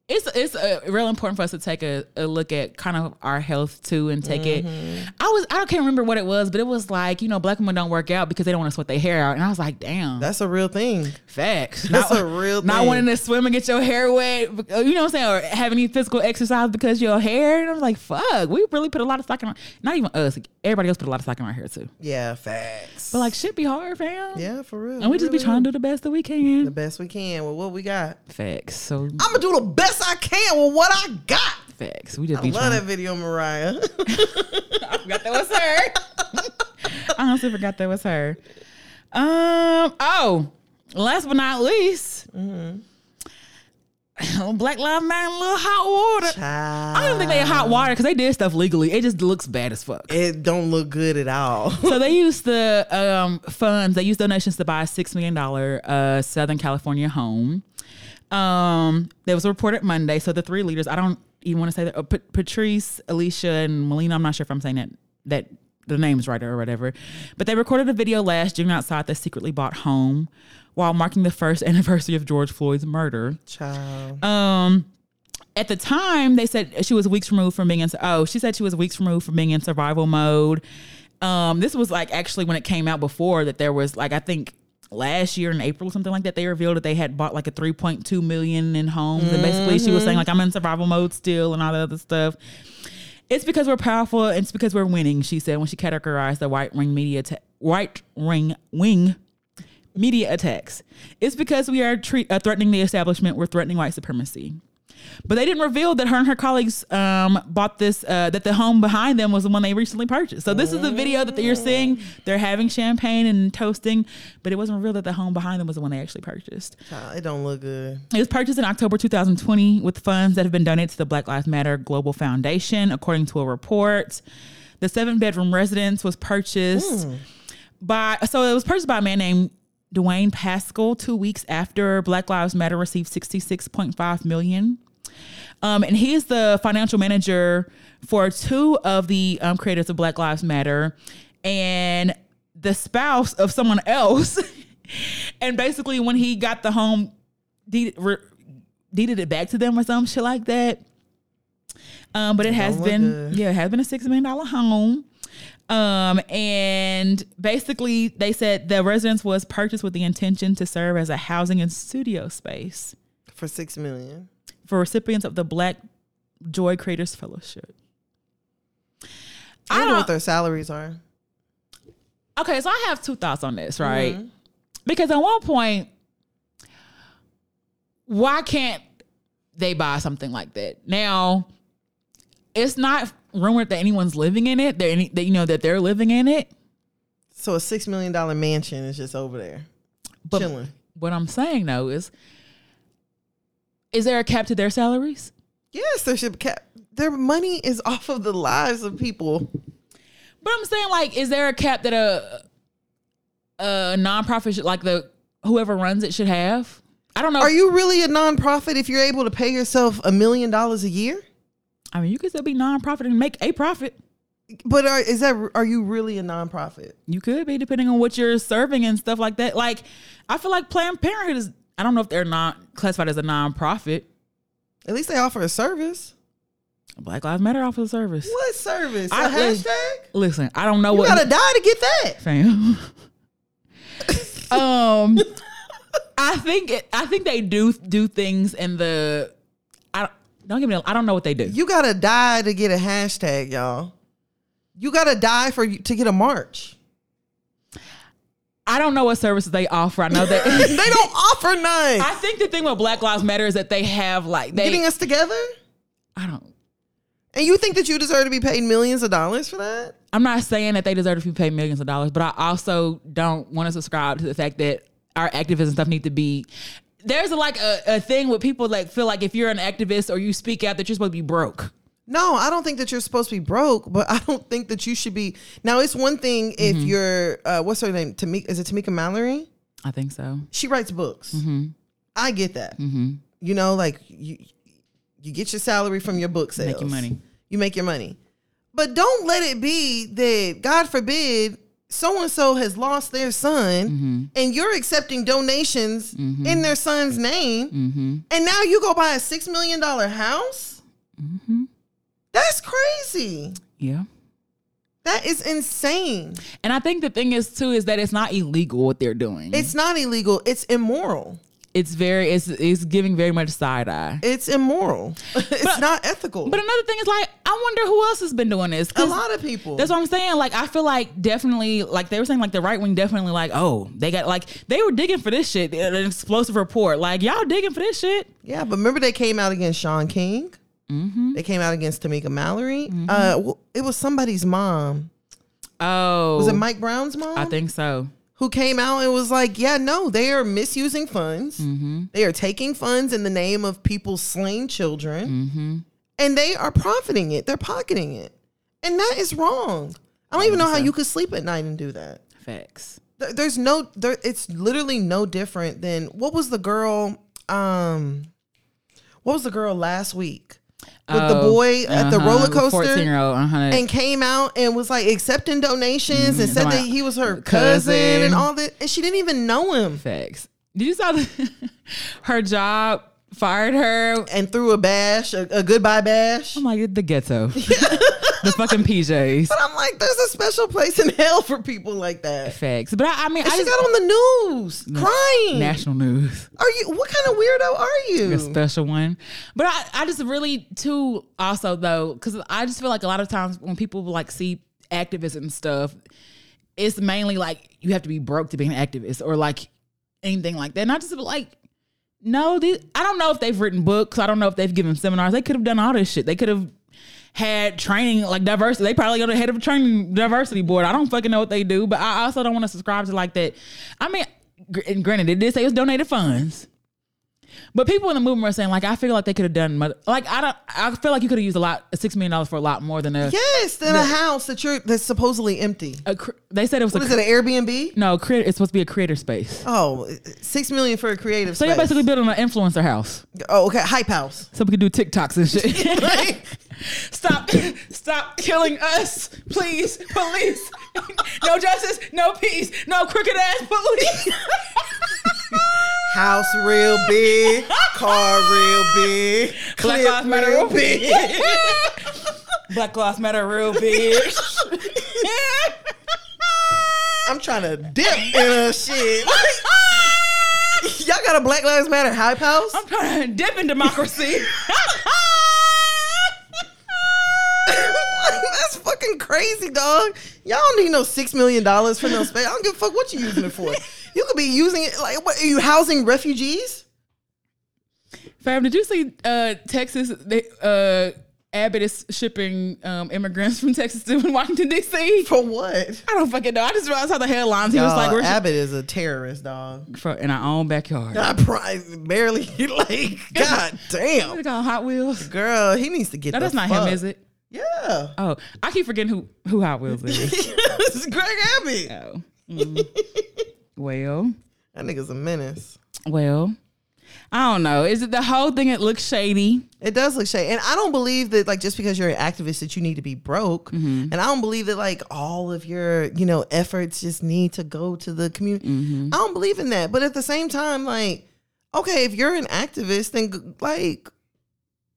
S1: it's it's uh, real important for us to take a, a look at kind of our health too and take
S2: Mm-hmm.
S1: it. I was I can't remember what it was, but it was like you know black women don't work out because they don't want to sweat their hair out, and I was like, damn,
S2: That's a real thing.
S1: facts.
S2: that's a real
S1: Not
S2: thing.
S1: wanting to swim and get your hair wet, uh, you know what I'm saying, or have any physical exercise because your hair. And I was like, fuck, we really put a lot of stock in. Our, not even us, like, everybody else put a lot of stock in our hair too.
S2: Yeah, facts.
S1: But like, shit be hard, fam.
S2: yeah, for real.
S1: And we just be
S2: Really.
S1: trying to do the best that we
S2: the
S1: can.
S2: best we can with what we got.
S1: Facts. So
S2: I'm gonna do the best I can with what I got.
S1: Facts. We just
S2: I
S1: be
S2: love
S1: trying.
S2: that video, Mariah.
S1: I forgot that was her. I honestly forgot that was her. Um. Oh, last but not least,
S2: Mm-hmm.
S1: Black Lives Matter, little hot water. I don't think they hot water because they did stuff legally. It just looks bad as fuck.
S2: It don't look good at all.
S1: so they used the um, funds. They used donations to buy a six million dollar uh, Southern California home. Um, that was reported Monday. So the three leaders, I don't even want to say that. Uh, Pat- Patrice, Alicia, and Melina. I'm not sure if I'm saying that that the names right or whatever. But they recorded a video last June outside the secretly bought home while marking the first anniversary of George Floyd's murder.
S2: Child.
S1: Um, at the time, they said she was weeks removed from being in. Oh, she said she was weeks removed from being in survival mode. Um, this was like actually when it came out before that there was like I think last year in April something like that they revealed that they had bought like a 3.2 million in homes and basically she was saying like I'm in survival mode still and all that other stuff. It's because we're powerful. It's because we're winning. She said when she categorized the white ring media ta- white ring wing media attacks. It's because we are treat, uh, threatening the establishment. We're threatening white supremacy. But they didn't reveal that her and her colleagues um, bought this. Uh, that the home behind them was the one they recently purchased. So this is the video that you're seeing. They're having champagne and toasting, but it wasn't revealed that the home behind them was the one they actually purchased.
S2: Child, it don't look good.
S1: It was purchased in October 2020 with funds that have been donated to the Black Lives Matter Global Foundation, according to a report. The seven bedroom residence was purchased by, so it was purchased by a man named Dwayne Pascal two weeks after Black Lives Matter received 66.5 million. Um, and he is the financial manager for two of the um, creators of Black Lives Matter and the spouse of someone else. and basically, when he got the home deed, re, deeded it back to them or some shit like that. Um, but it has
S2: look
S1: been
S2: good.
S1: yeah, it has been a six million dollar home. Um, and basically they said the residence was purchased with the intention to serve as a housing and studio space
S2: for six million.
S1: for recipients of the Black Joy Creators Fellowship.
S2: I,
S1: I
S2: wonder what
S1: don't,
S2: their salaries are.
S1: okay, so I have two thoughts on this, right?
S2: Mm-hmm.
S1: Because at one point, why can't they buy something like that? Now, it's not rumored that anyone's living in it. They're any, that you know that they're living in it.
S2: So a six million dollar mansion is just over there,
S1: But
S2: chilling.
S1: what I'm saying though is, is there a cap to their salaries?
S2: Yes, there should. be Cap- their money is off of the lives of people.
S1: But I'm saying, like, is there a cap that a a nonprofit should, like the whoever runs it should have? I don't know.
S2: Are you really a nonprofit if you're able to pay yourself a million dollars a year?
S1: I mean, you could still be nonprofit and make a profit.
S2: But are, is that are you really a nonprofit?
S1: You could be depending on what you're serving and stuff like that. Like, I feel like Planned Parenthood is. I don't know if they're not classified as a nonprofit.
S2: At least they offer a service.
S1: Black Lives Matter offers a service.
S2: What service? A
S1: I-
S2: hashtag?
S1: Listen, I don't know
S2: You
S1: what
S2: gotta die to get that.
S1: fam. um, I think it, I think they do do things in the. I don't- don't give me. a- I don't know what they do.
S2: You gotta die to get a hashtag, y'all. You gotta die for to get a march.
S1: I don't know what services they offer. I know that.
S2: They don't offer none.
S1: I think the thing with Black Lives Matter is that they have like they.
S2: Getting us together,
S1: I don't.
S2: and you think that you deserve to be paid millions of dollars for that?
S1: I'm not saying that they deserve to be paid millions of dollars, but I also don't want to subscribe to the fact that our activists and stuff need to be. There's a, like a, a thing with people like feel like if you're an activist or you speak out that you're supposed to be broke.
S2: No, I don't think that you're supposed to be broke, but I don't think that you should be. Now, it's one thing if you're uh, what's her name? Tamika is it Tamika Mallory?
S1: I think so.
S2: She writes books.
S1: Mm-hmm.
S2: I get that. You know, like you, you get your salary from your book sales.
S1: your money.
S2: You make your money, but don't let it be that God forbid so and so has lost their son,
S1: Mm-hmm.
S2: and you're accepting donations in their son's name,
S1: Mm-hmm.
S2: and now you go buy a six million dollar house.
S1: Mm-hmm.
S2: That's crazy.
S1: Yeah.
S2: That is insane.
S1: And I think the thing is too is that it's not illegal what they're doing. It's
S2: It's not illegal. It's immoral.
S1: it's very it's it's giving very much side eye.
S2: It's immoral. it's not ethical.
S1: But another thing is like I wonder who else has been doing this.
S2: a
S1: 'Cause
S2: lot of people.
S1: That's what I'm saying. Like I feel like definitely like they were saying like the right wing definitely like oh they got like they were digging for this shit an explosive report like y'all digging for this shit.
S2: yeah, but remember they came out against Sean King.
S1: Mm-hmm.
S2: They came out against Tamika Mallory. Uh, w- it was somebody's mom.
S1: Oh,
S2: Was it Mike Brown's mom?
S1: I think so.
S2: who came out and was like, "Yeah, no, they are misusing funds.
S1: Mm-hmm.
S2: They are taking funds in the name of people slain children,
S1: Mm-hmm.
S2: and they are profiting it. They're pocketing it, and that is wrong. I don't even know how you could sleep at night and do that.
S1: Facts.
S2: There- There's no, there, it's literally no different than what was the girl, um, what was the girl last week with the
S1: Oh,
S2: boy at the roller
S1: Fourteen
S2: coaster."
S1: year old. Uh-huh.
S2: And came out and was like accepting donations and said
S1: Somebody-
S2: that he was her cousin
S1: Mm-hmm. Cousin.
S2: and all that. And she didn't even know him.
S1: Facts. Did you saw the, her job fired her?
S2: and threw a bash, a, a goodbye bash.
S1: I'm like the ghetto, the fucking PJs.
S2: But I'm like, there's a special place in hell for people like that.
S1: Facts. But I, I mean,
S2: And
S1: I
S2: she
S1: just
S2: got on the news crying.
S1: national news.
S2: Are you? What kind of weirdo are
S1: a
S2: you?
S1: special one. But I, I just really too also though, because I just feel like a lot of times when people like see activists and stuff, it's mainly like you have to be broke to be an activist or like anything like that. And I just feel like no, these, I don't know if they've written books. I don't know if they've given seminars. They could have done all this shit. They could have had training like diversity. They probably go to the head of a training diversity board. I don't fucking know what they do, but I also don't want to subscribe to like that. I mean, gr- and granted, it did say it was donated funds. But people in the movement are saying, like, I feel like they could have done, mo- like, I don't, I feel like you could have used a lot, six million dollars for a lot more than a.
S2: Yes, in a house that you're that's supposedly empty.
S1: a cr- they said it was a
S2: What is
S1: cr-
S2: it? An Airbnb?
S1: no, cre- it's supposed to be a creator space.
S2: Oh, six million for a creative.
S1: So
S2: space.
S1: you're basically building an influencer house,
S2: Oh, okay. Hype house.
S1: so we could do TikToks and shit.
S2: Right?
S1: stop, stop killing us, please, police. no justice, no peace, no crooked ass police.
S2: house real big. car real big.
S1: Black
S2: clip
S1: Lives Matter real Black Lives Matter real big.
S2: I'm trying to dip in her shit. Y'all got a Black Lives Matter hype house?
S1: I'm trying to dip in democracy.
S2: That's fucking crazy, dog. Y'all don't need no six million dollars for no space. I don't give a fuck what you're using it for. You could be using it like what are you housing refugees?
S1: Fam, did you see uh, Texas? They, uh, Abbott is shipping um, immigrants from Texas to Washington D.C.
S2: For what?
S1: I don't fucking know. I just realized how the headlines. He was like,
S2: Dog,
S1: "We're shipping
S2: Abbott is a terrorist, dog.
S1: from in our own backyard."
S2: I probably barely like God
S1: What
S2: damn.
S1: they call Hot Wheels?
S2: Girl, he needs to get
S1: No, that's
S2: the
S1: not
S2: fuck.
S1: him, is it?
S2: Yeah.
S1: Oh, I keep forgetting who who Hot Wheels is.
S2: this is Greg Abbott.
S1: oh. Mm. well,
S2: That nigga's a menace.
S1: well, I don't know. Is it the whole thing? It looks shady.
S2: It does look shady. And I don't believe that like just because you're an activist that you need to be broke. And I don't believe that like all of your, you know, efforts just need to go to the community. I don't believe in that. But at the same time, like, okay, if you're an activist, then g- like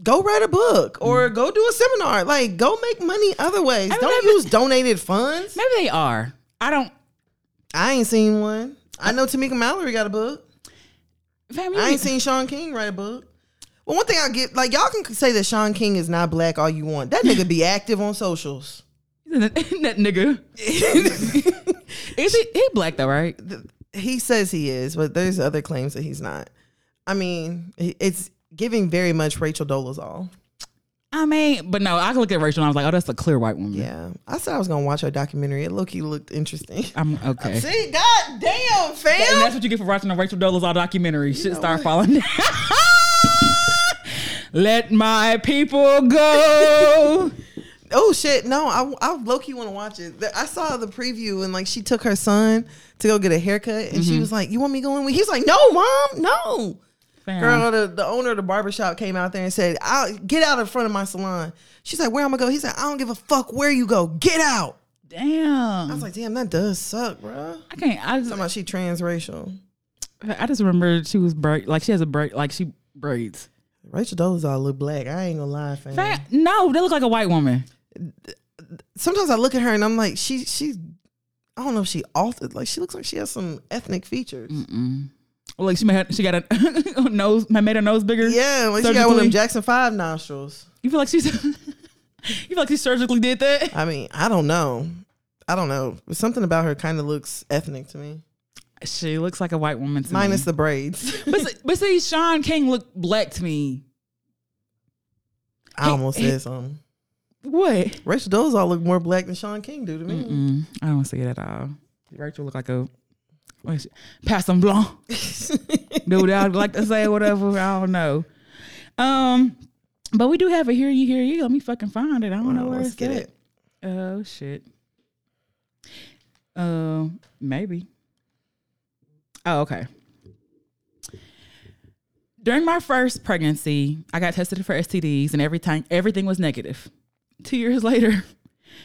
S2: go write a book or go do a seminar. Like go make money other ways.
S1: mean,
S2: don't
S1: maybe-
S2: use donated funds.
S1: Maybe they are. I don't.
S2: I ain't seen one. I know Tamika Mallory got a book.
S1: Family.
S2: I ain't seen Sean King write a book. Well, one thing I get, like y'all can say that Sean King is not black all you want. That nigga be active on socials.
S1: that nigga. Is he? He black though, right?
S2: He says he is, but there's other claims that he's not. I mean, it's giving very much Rachel Dolezal.
S1: I mean, but no. I looked at Rachel and I was like, "Oh, that's a clear white woman."
S2: Yeah, I said I was gonna watch her documentary. It looked, he looked interesting.
S1: I'm okay.
S2: See, god damn,
S1: And
S2: fam.
S1: that's what you get for watching a Rachel Dolezal documentary. Shit start falling down. Let my people go.
S2: Oh shit, no, I, I low key want to watch it. The- I saw the preview and like she took her son to go get a haircut, and
S1: Mm-hmm.
S2: she was like, "You want me going?" with-" He was like, "No, mom, no."
S1: Fam.
S2: Girl, the, the owner of the barbershop came out there and said, I'll get out in front of my salon. She's like, Where am I go? He said, I don't give a fuck where you go. Get out.
S1: damn.
S2: I was like, damn, that does suck, bruh.
S1: I can't. I just,
S2: Talking about she transracial.
S1: I just remember she was bright. Like she has a bright. Like she braids.
S2: Rachel Dolezal look black. I ain't gonna lie, fam.
S1: Fam, no, they look like a white woman.
S2: Sometimes I look at her and I'm like, she she I don't know if she altered like she looks like she has some ethnic features.
S1: Like she may have, she got a nose. Made her nose bigger.
S2: Yeah, like she got one of
S1: Surgically.
S2: them Jackson Five nostrils.
S1: You feel like she's. you feel like she surgically did that.
S2: I mean, I don't know. I don't know. But something about her kind of looks ethnic to me.
S1: She looks like a white woman to
S2: Minus the braids.
S1: me. But, see- but see, Sean King looked black to me.
S2: I almost said something.
S1: What?
S2: Rachel Dolezal look more black than Sean King do to me.
S1: Mm, I don't see it at all. Rachel look like a what is she- Passon Blanc. Dude, I would like to say whatever. I don't know. Um, but we do have a hear you, hear you. Let me fucking find it. I don't know
S2: Oh,
S1: where
S2: let's
S1: it's
S2: get
S1: at.
S2: it.
S1: Oh shit. Um, maybe. Oh, okay. During my first pregnancy, I got tested for STDs, and everything everything was negative. Two years later,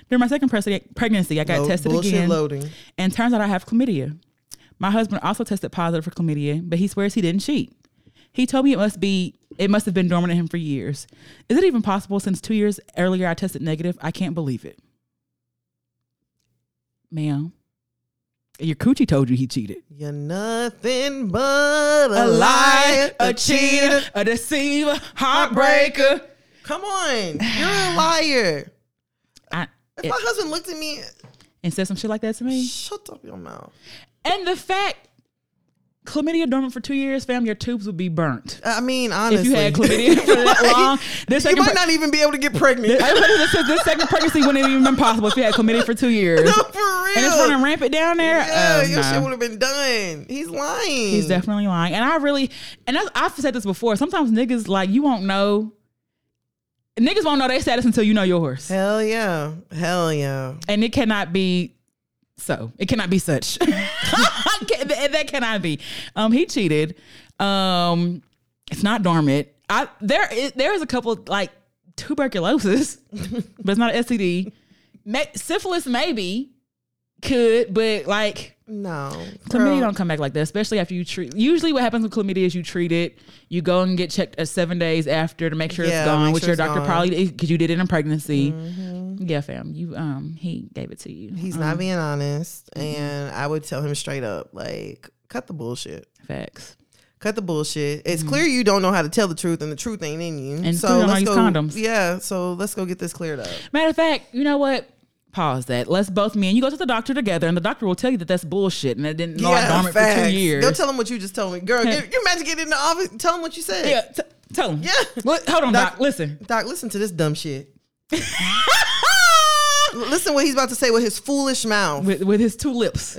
S1: during my second presi- pregnancy, I got
S2: Load-
S1: tested
S2: bullshit
S1: again,
S2: loading.
S1: and turns out I have chlamydia. My husband also tested positive for chlamydia, but he swears he didn't cheat. He told me it must be it must have been dormant in him for years. Is it even possible since two years earlier I tested negative? I can't believe it. Ma'am. Your coochie told you he cheated.
S2: You're nothing but a,
S1: A liar,
S2: liar,
S1: a cheater, a deceiver, heartbreaker.
S2: Come on, you're a liar.
S1: I,
S2: If my husband looked at me,
S1: and said some shit like that to me.
S2: shut up your mouth.
S1: And the fact chlamydia dormant for two years, fam, your tubes would be burnt.
S2: I mean,
S1: If
S2: honestly,
S1: you had chlamydia for that long, this
S2: you
S1: second
S2: might not even be able to get pregnant.
S1: I was this, this second pregnancy wouldn't have even been possible if you had chlamydia for two years.
S2: no, for real.
S1: And it's running rampant down there.
S2: yeah,
S1: Oh,
S2: your
S1: no.
S2: shit would have been done. He's lying.
S1: He's definitely lying. And I really, and that's, I've said this before. Sometimes niggas like you won't know. Niggas won't know their status until you know yours.
S2: Hell yeah, hell yeah.
S1: And it cannot be so. It cannot be such. that that cannot be. Um, he cheated. Um, it's not dormant. I there is there is a couple like tuberculosis, but it's not an STD. Ma syphilis maybe. could, but like
S2: No.
S1: chlamydia
S2: girl.
S1: don't come back like that, especially after you treat. Usually, what happens with chlamydia is you treat it, you go and get checked at seven days after to make sure
S2: Yeah,
S1: it's gone,
S2: make
S1: which
S2: sure
S1: your
S2: it's
S1: doctor
S2: gone. Mm-hmm.
S1: probably because you did it in pregnancy. Yeah, fam, you um he gave it to you.
S2: He's not being honest.
S1: Mm-hmm.
S2: And I would tell him straight up, like, cut the bullshit.
S1: Facts.
S2: Cut the bullshit. It's clear you don't know how to tell the truth, and the truth ain't in you.
S1: Mm-hmm. And clear on all these
S2: go.
S1: condoms.
S2: Yeah, so let's go get this cleared up.
S1: Matter of fact, you know what? Pause that. Let's both me and you go to the doctor together, and the doctor will tell you that that's bullshit, and it didn't know I dormant for
S2: facts.
S1: two years.
S2: They'll tell him what you just told me, girl. you you imagine getting in the office, tell him what you said.
S1: yeah, t- tell him.
S2: Yeah.
S1: What? Hold on,
S2: Doc-
S1: doc. Listen.
S2: Doc, listen to this dumb shit. L- listen what he's about to say with his foolish mouth.
S1: With, with his two lips,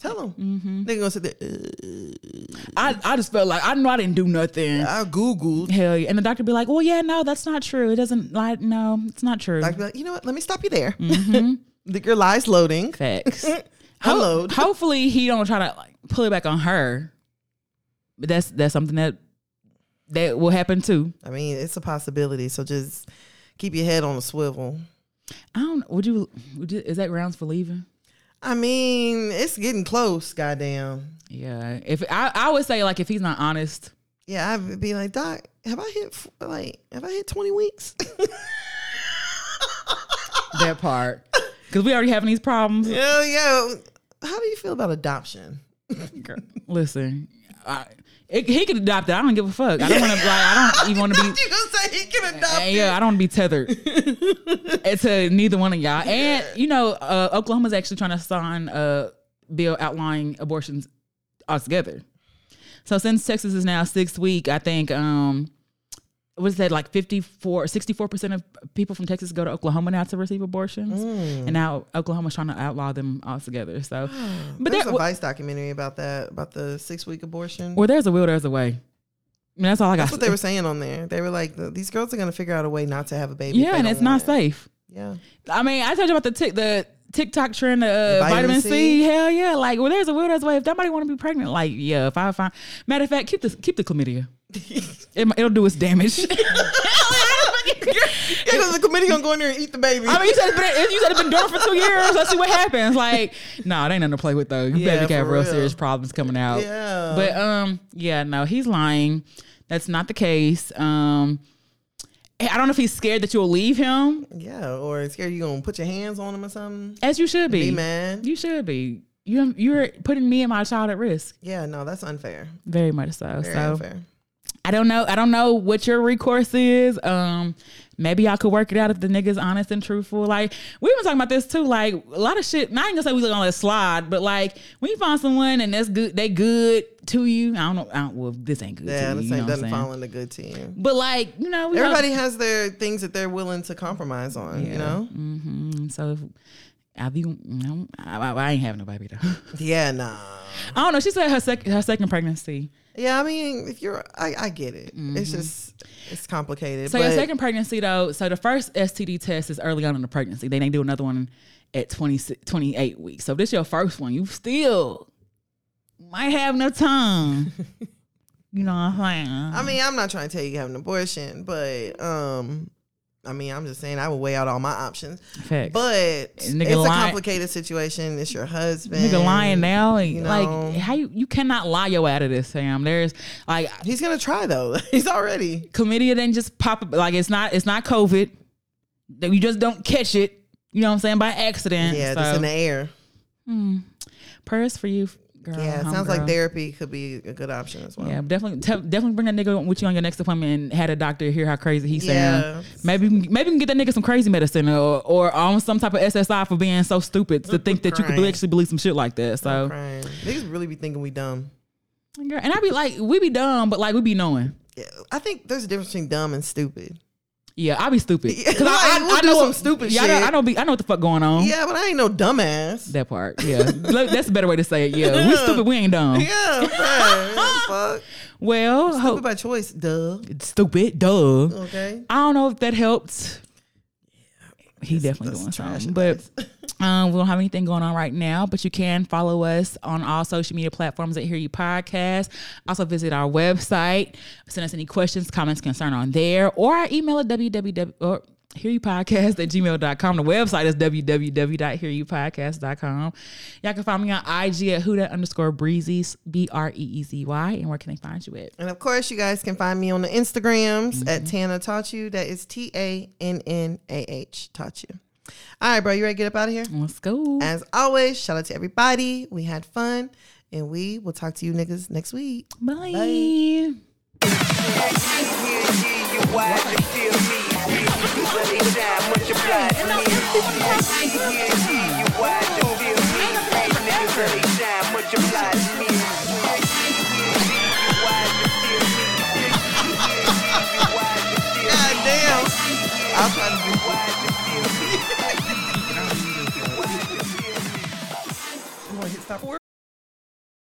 S2: Tell him.
S1: Mm-hmm.
S2: They're gonna sit there. "Uh,
S1: I, I just felt like I know I didn't do nothing.
S2: I googled.
S1: Hell yeah. And the doctor be like, well, yeah, no, that's not true. It doesn't lie. No, it's not true.
S2: I'd be like, you know what? Let me stop you there.
S1: Mm-hmm.
S2: The- Your lies loading.
S1: Facts. Ho-
S2: Hello.
S1: hopefully he don't try to like pull it back on her. But that's that's something that that will happen too.
S2: I mean, it's a possibility. So just keep your head on a swivel.
S1: I don't would you, would you is that grounds for leaving?
S2: I mean, it's getting close. Goddamn.
S1: Yeah. If I, I would say like if he's not honest,
S2: Yeah, I'd be like, Doc, have I hit f- like have I hit twenty weeks?
S1: that part. Cause we already having these problems.
S2: yeah, yeah. How do you feel about adoption?
S1: Girl, Listen, I, it, he could adopt it. I don't give a fuck. I don't want to. Like, I don't even want to be.
S2: You gonna say he can adopt?
S1: And yeah, I don't want to be tethered uh, to neither one of y'all. And you know, uh, Oklahoma's actually trying to sign a bill outlawing abortions altogether. So since Texas is now sixth week, I think um, was that like 54, 64 percent of people from Texas go to Oklahoma now to receive abortions,
S2: Mm.
S1: and now Oklahoma's trying to outlaw them altogether. So, but
S2: There's
S1: there,
S2: a Vice documentary about that about the six week abortion.
S1: where there's a will, there's a way. I mean, that's all I got.
S2: That's what they were saying on there. They were like, these girls are gonna figure out a way not to have a baby. if
S1: yeah,
S2: they
S1: and
S2: don't
S1: it's not
S2: want it.
S1: safe.
S2: Yeah.
S1: I mean, I told you about the tick the TikTok trend of uh,
S2: Vitamin
S1: vitamin,
S2: C?
S1: C. Hell yeah! Like, well, there's a weird ass way. If somebody want to be pregnant, like, yeah, if I find matter of fact, keep the keep the chlamydia. it, mi- it'll do its damage.
S2: Yeah, because the committee gonna go in there and eat the baby.
S1: I mean, you said, it's been, you said it's been doing it for two years. Let's see what happens. Like, nah, it ain't nothing to play with though. You
S2: Yeah,
S1: baby can have
S2: for
S1: real
S2: real.
S1: serious problems coming out.
S2: yeah.
S1: But um, yeah, no, he's lying. That's not the case. Um, I don't know if he's scared that you'll leave him,
S2: yeah, or it's scared you gonna put your hands on him or something.
S1: as you should be.
S2: Be man.
S1: You should be. You you're putting me and my child at risk.
S2: Yeah, no, that's unfair.
S1: Very much so.
S2: Very
S1: so
S2: unfair.
S1: I don't know. I don't know what your recourse is. Um, maybe y'all could work it out if the nigga's honest and truthful. Like we been talking about this too. Like a lot of shit. Not even gonna say we look on that slide, but like when you find someone and that's good, they good to you. I don't know. I don't, well, this ain't good.
S2: Yeah,
S1: to you,
S2: this
S1: you know what
S2: ain't
S1: I'm
S2: doesn't
S1: saying?
S2: fall in the good team.
S1: But like you know, we
S2: Everybody has their things that they're willing to compromise on, you know?
S1: mm so. If, I be, no, I, I, I ain't having no baby though.
S2: Yeah, nah.
S1: I don't know. She said her sec, her second pregnancy.
S2: Yeah, I mean, if you're, I, I get it. It's just, it's complicated.
S1: Mm-hmm. So
S2: but
S1: your second pregnancy though, so the first STD test is early on in the pregnancy. Then they do another one at 20, 28 weeks. So if this your first one, you still might have no time. you know what I'm
S2: I
S1: saying?
S2: mean, I'm not trying to tell you you have an abortion, but um, I mean, I'm just saying I would weigh out all my options.
S1: Facts.
S2: But
S1: Nigga
S2: it's a
S1: lying-
S2: complicated situation. It's your husband.
S1: Nigga lying now, and,
S2: you know.
S1: like how you you cannot lie your way out of this, Sam. There's like
S2: He's gonna try though. He's already.
S1: chlamydia didn't just pop up. Like it's not it's not COVID. That you just don't catch it. You know what I'm saying by accident.
S2: Yeah,
S1: so,
S2: just in the air.
S1: prayers for you, girl.
S2: Yeah, it sounds like
S1: uh, homegirl.
S2: therapy could be a good option as well.
S1: Yeah, definitely, te- definitely bring that nigga with you on your next appointment and had a doctor hear how crazy he
S2: Yeah.
S1: sound. Maybe, maybe we can get that nigga some crazy medicine or or on some type of SSI for being so stupid to think that you could
S2: Right.
S1: actually believe some shit like that. So,
S2: Right. Niggas really be thinking we dumb.
S1: Girl, and I be like, we be dumb, but like we be knowing.
S2: Yeah, I think there's a difference between dumb and stupid.
S1: Yeah, I be stupid because
S2: Like,
S1: I, I,
S2: we'll
S1: I
S2: do
S1: know
S2: some stupid
S1: yeah, I don't-
S2: shit.
S1: I don't be. I know what the fuck going on.
S2: Yeah, but I ain't no dumbass.
S1: That part. Yeah, Look, that's a better way to say it. Yeah, we stupid. We ain't dumb.
S2: Yeah, right. Fuck.
S1: Well, stupid,
S2: Stupid by choice, duh.
S1: stupid. Duh.
S2: Okay.
S1: I don't know if that helped. He definitely doing something, but um, we don't have anything going on right now. But you can follow us on all social media platforms at Hear You Podcast. Also visit our website. Send us any questions, comments, concern on there, or our email at www. Or, Hear You Podcast at gmail.com. The website is www.hearyoupodcast.com. Y'all can find me on IG at Huda underscore breezy, B R E E Z Y. And where can they find you at?
S2: And of course, you guys can find me on the Instagrams
S1: Mm-hmm.
S2: at Tana Taught You. That is T A N N A H Taught You. All right, bro, you ready to get up out of here?
S1: Let's go.
S2: As always, shout out to everybody. We had fun, and we will talk to you niggas next week.
S1: Bye.
S2: damn. I'm trying to be
S3: Goddamn.
S2: You want to hit stop?